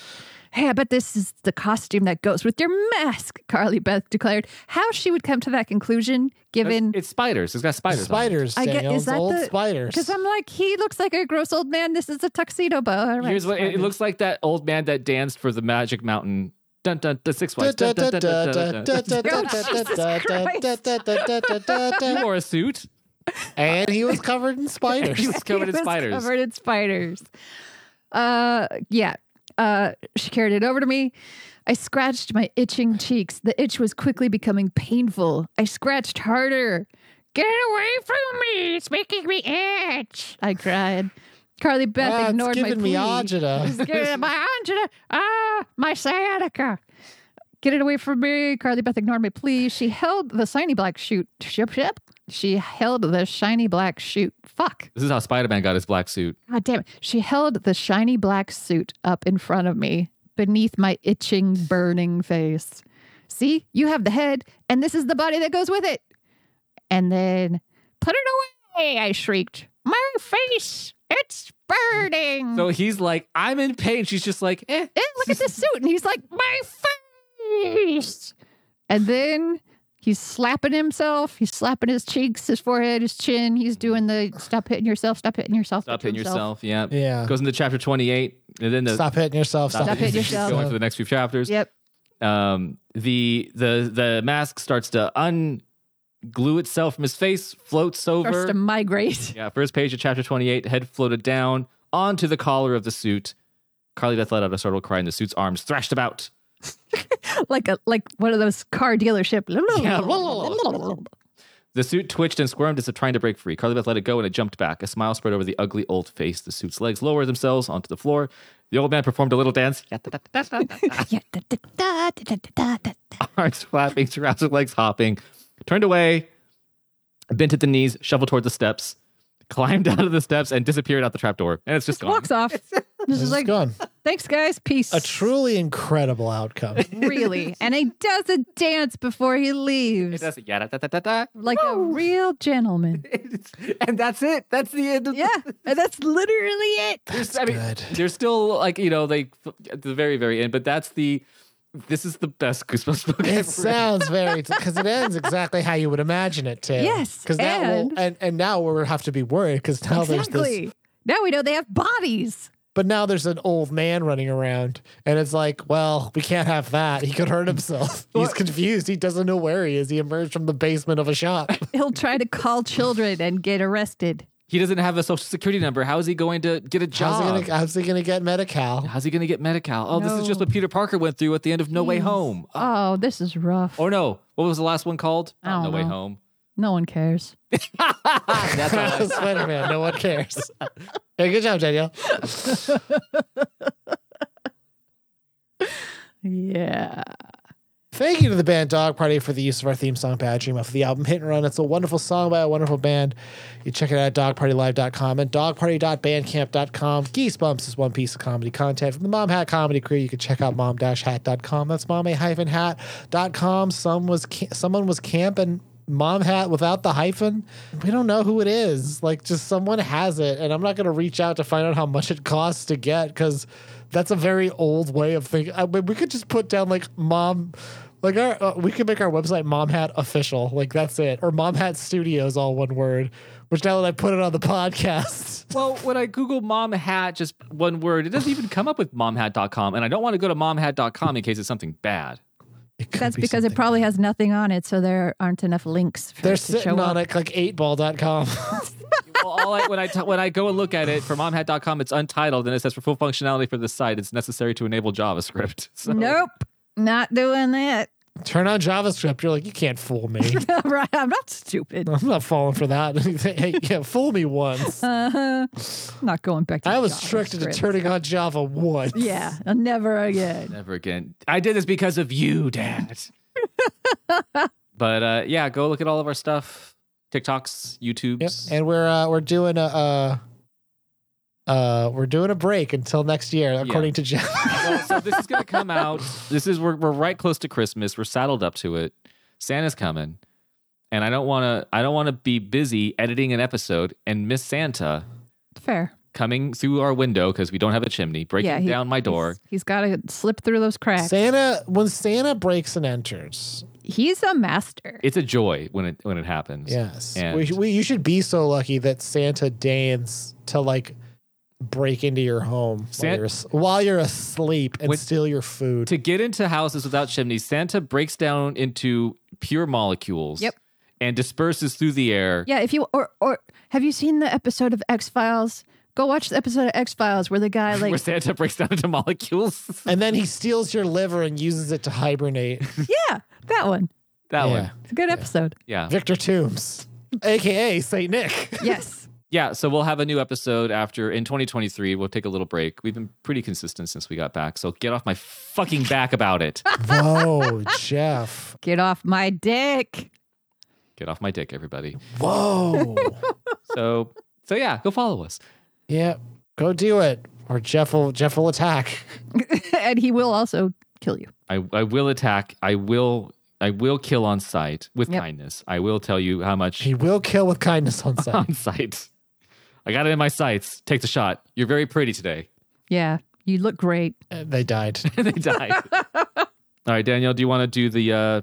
D: Hey, I bet this is the costume that goes with your mask, Carly Beth declared. How she would come to that conclusion, given.
C: It's, it's spiders. It's got spiders. on it.
F: Spiders.
D: I get-
F: Daniel.
D: is that
F: old
D: the-
F: spiders?
D: Because I'm like, he looks like a gross old man. This is a tuxedo bow. All right,
C: Here's what it, it
D: fine.
C: looks like. That old man that danced for the Magic Mountain. Dun dun. The Six Flags. Dun, dun, dun, dun, dun, dun, dun. He wore a suit.
F: and he was covered in
C: He
F: spiders.
C: was covered in
D: It was
C: spiders.
D: Covered in spiders. Uh, yeah. Uh, she carried it over to me. I scratched my itching cheeks. The itch was quickly becoming painful. I scratched harder. Get away from me! It's making me itch. I cried. Carly Beth
F: Ah, it's
D: ignored my
F: giving me
D: plea.
F: agita.
D: Just get it- my angina. Ah, my sciatica. Get it away from me. Carly Beth ignored me, please. She held the shiny black shoot. Ship, ship. She held the shiny black shoot. Fuck.
C: This is how Spider Man got his black suit.
D: God damn it. She held the shiny black suit up in front of me, beneath my itching, burning face. See, you have the head, and this is the body that goes with it. And then, put it away, I shrieked. My face, it's burning.
C: So he's like, I'm in pain. She's just like, eh.
D: Eh, look at this suit. And he's like, my face. And then he's slapping himself. He's slapping his cheeks, his forehead, his chin. He's doing the stop hitting yourself, stop hitting yourself.
C: Stop hitting yourself. Yeah.
F: Yeah.
C: Goes into chapter 28. And then the.
F: Stop hitting yourself. Stop,
D: Stop hitting yourself.
C: Going for the next few chapters.
D: Yep.
C: Um, the the the mask starts to unglue itself from his face, floats
D: Starts
C: over.
D: to migrate.
C: yeah, first page of chapter 28, head floated down onto the collar of the suit. Carly Beth let out a startled cry, and the suit's arms thrashed about.
D: like a like one of those car dealership.
C: The suit twitched and squirmed as if trying to break free. Carly Beth let it go and it jumped back. A smile spread over the ugly old face. The suit's legs lowered themselves onto the floor. The old man performed a little dance,
D: Yeah, da, da, da, da, da, da, da, da.
C: arms flapping, trouser legs hopping, turned away, bent at the knees, shuffled toward the steps, climbed out of the steps, and disappeared out the trapdoor. And it's just gone.
D: Walks off. This
B: It's
D: is like
B: gone.
D: thanks guys, peace.
B: A truly incredible outcome.
D: really, and he does a dance before he
C: It
D: leaves,
C: does it. Yada, da, da, da, da.
D: like a real gentleman.
C: and that's it. That's the end of
D: Yeah, and that's literally it.
C: There's, I mean,
B: good.
C: there's still like you know they at the very very end, but that's the this is the best Goosebumps book.
B: It
C: I've read.
B: sounds very because it ends exactly how you would imagine it to.
D: Yes,
B: because that
D: and-
B: will, and and now we'll have to be worried because now there's this,
D: Exactly. Now we know they have bodies.
B: but now there's an old man running around, and it's like, well, we can't have that. He could hurt himself. He's confused. He doesn't know where he is. He emerged from the basement of a shop.
D: He'll try to call children and get arrested.
C: He doesn't have a social security number. How is he going to get a
B: How's
C: job?
B: he gonna, how's he gonna get medical?
C: How's he going to get medical? Oh, this is just
D: No.
C: what Peter Parker went through at the end of No Way
D: Jeez.
C: Home. Uh,
D: Oh, this is rough.
C: or no, what was the last one called?
D: I don't
C: no Way
D: know.
C: Home.
D: no one cares.
C: That's all right.
B: Spider Man. No one cares. Hey, good job, Danielle.
D: Yeah.
B: Thank you to the band Dog Party for the use of our theme song Bad Dream off of the album Hit and Run. It's a wonderful song by a wonderful band. You check it out at dogpartylive.com and dogparty.bandcamp.com. Geesebumps is one piece of comedy content from the Mom Hat Comedy Crew. You can check out mom-hat.com. That's mommy-hat.com. Some was ca- someone was camping Mom Hat without the hyphen. We don't know who it is. Like just someone has it and I'm not going to reach out to find out how much it costs to get cuz that's a very old way of thinking. I mean, we could just put down like mom, like our uh, we could make our website mom hat official. Like that's it, or mom hat studios, all one word. Which now that I put it on the podcast,
C: Well, when I Google mom hat, just one word, it doesn't even come up with momhat.com. And I don't want to go to momhat.com in case it's something bad.
B: it could
D: That's
B: be
D: because it
B: something.
D: probably has nothing on it, so there aren't enough links for
B: they're
D: it to show
B: sitting on
D: up.
B: it like eightball.com.
C: well, all I, when I t- when I go and look at it for momhat.com, it's untitled and it says for full functionality for this site, it's necessary to enable JavaScript. So
D: Nope. Not doing that.
B: Turn on JavaScript. You're like, you can't fool me.
D: right. I'm not stupid.
B: I'm not falling for that. hey, yeah, fool me once.
D: Uh-huh. Not going back to
B: I was
D: JavaScript.
B: tricked into turning on Java once.
D: Yeah. uh, Never again.
C: never again. I did this because of you, Dad. but uh, yeah, go look at all of our stuff. TikToks,
B: Yep.
C: YouTubes.
B: And we're uh, we're doing a uh, uh we're doing a break until next year, according to Jeff.
C: Well, so this is gonna come out. This is we're we're right close to Christmas. We're saddled up to it. Santa's coming. And I don't wanna I don't wanna be busy editing an episode and miss Santa
D: Fair.
C: coming through our window because we don't have a chimney, breaking
D: yeah. he-
C: down my door.
D: he's- he's got to slip through those cracks.
B: Santa when Santa breaks and enters.
D: He's a master.
C: It's a joy when it when it happens.
B: Yes.
C: And-
B: We, we, you should be so lucky that Santa deigns to like break into your home
C: San-
B: while, you're, as- while you're asleep and
C: When-
B: steal your food.
C: To get into houses without chimneys, Santa breaks down into pure molecules.
D: Yep.
C: And disperses through the air.
D: Yeah, if you or or have you seen the episode of X Files? Go watch the episode of X Files where the guy
C: where
D: like
C: Santa breaks down into molecules.
B: and then he steals your liver and uses it to hibernate.
D: yeah that one.
C: that
B: Yeah.
C: one.
D: It's a good episode.
C: Yeah.
B: Victor Toombs, aka Saint Nick.
D: Yes,
C: Yeah, so we'll have a new episode after in 2023. We'll take a little break. We've been pretty consistent since we got back, so get off my fucking back about it.
B: Whoa, Jeff.
D: get off my dick.
C: get off my dick, everybody.
B: Whoa.
C: So, so yeah, go follow us.
B: yeah. Go do it. Or Jeff will Jeff will attack.
D: and he will also kill you.
C: I, I will attack. I will. I will kill on sight with
D: Yep.
C: kindness. I will tell you how much
B: He will kill with kindness on sight.
C: on sight. I got it in my sights. Take the shot. You're very pretty today.
D: Yeah, you look great.
B: Uh, they died.
C: And they died. All right, Danielle, do you want to do the uh,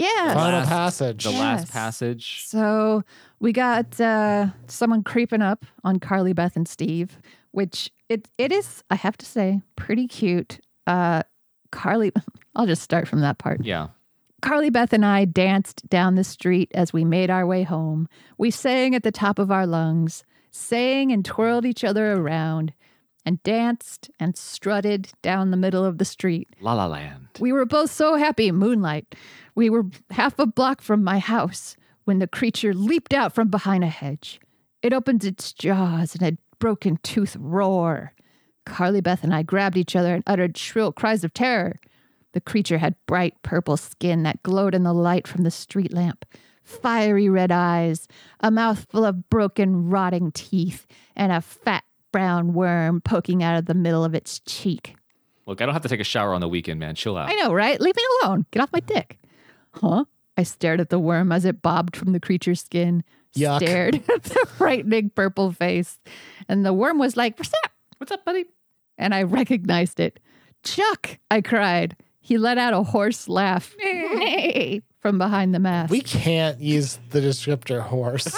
D: Yeah.
B: Final
C: Last-
B: passage.
C: the last
D: Yes.
C: passage?
D: So we got uh, someone creeping up on Carly, Beth, and Steve, which it it is, I have to say, pretty cute. Uh, Carly, I'll just start from that part.
C: Yeah.
D: Carly Beth and I danced down the street as we made our way home. We sang at the top of our lungs, sang and twirled each other around. and danced and strutted down the middle of the street.
C: La La Land.
D: We were both so happy, moonlight. We were half a block from my house when the creature leaped out from behind a hedge. It opened its jaws in a broken tooth roar. Carly Beth and I grabbed each other and uttered shrill cries of terror. The creature had bright purple skin that glowed in the light from the street lamp, fiery red eyes, a mouth full of broken, rotting teeth, and a fat brown worm poking out of the middle of its cheek.
C: Look, I don't have to take a shower on the weekend, man. Chill out.
D: I know, right? Leave me alone. Get off my dick. Huh? I stared at the worm as it bobbed from the creature's skin.
F: Yuck.
D: Stared at the frightening purple face. And the worm was like, What's up?
C: What's up, buddy?
D: And I recognized it. Chuck, I cried. He let out a hoarse laugh from behind the mask.
F: We can't use the descriptor horse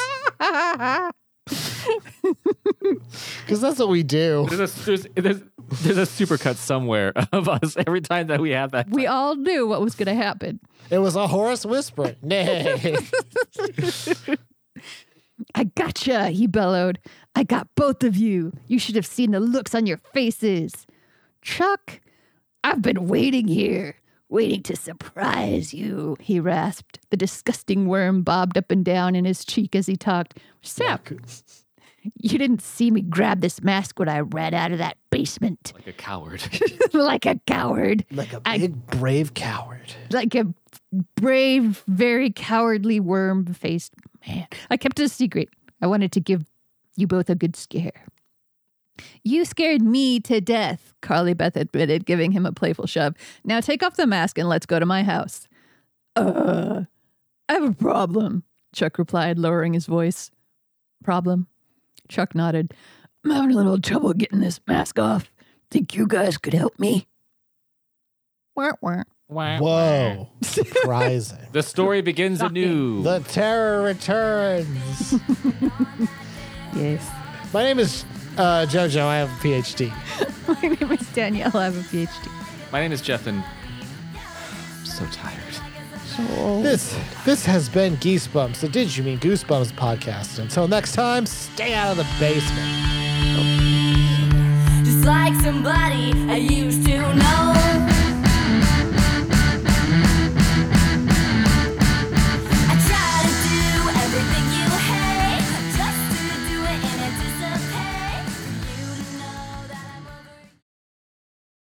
F: because that's what we do.
C: There's a there's there's, there's a supercut somewhere of us every time that we have that.
D: we all knew what was going to happen.
F: It was a horse whisper. Nay.
D: I gotcha, he bellowed. I got both of you. You should have seen the looks on your faces. Chuck, I've been waiting here, waiting to surprise you, he rasped. The disgusting worm bobbed up and down in his cheek as he talked. Sap, you didn't see me grab this mask when I ran out of that basement
C: like a coward.
D: like a coward,
B: Like a
D: I-
B: big, brave coward.
D: like a brave, very cowardly worm faced man. I kept it a secret. I wanted to give you both a good scare. You scared me to death, Carly Beth admitted, giving him a playful shove. Now take off the mask and let's go to my house. Uh, I have a problem, Chuck replied, lowering his voice. Problem? Chuck nodded. I'm having a little trouble getting this mask off. Think you guys could help me? Wah, wah.
F: Whoa. Surprising.
C: The story begins anew.
F: The terror returns.
D: Yes.
F: My name is uh, JoJo. I have a PhD.
D: My name is Danielle. I have a PhD.
C: My name is Jeff, and I'm so tired.
F: This this has been Geesebumps, the Did You Mean Goosebumps podcast. Until next time, stay out of the basement.
E: Just like somebody I used to know.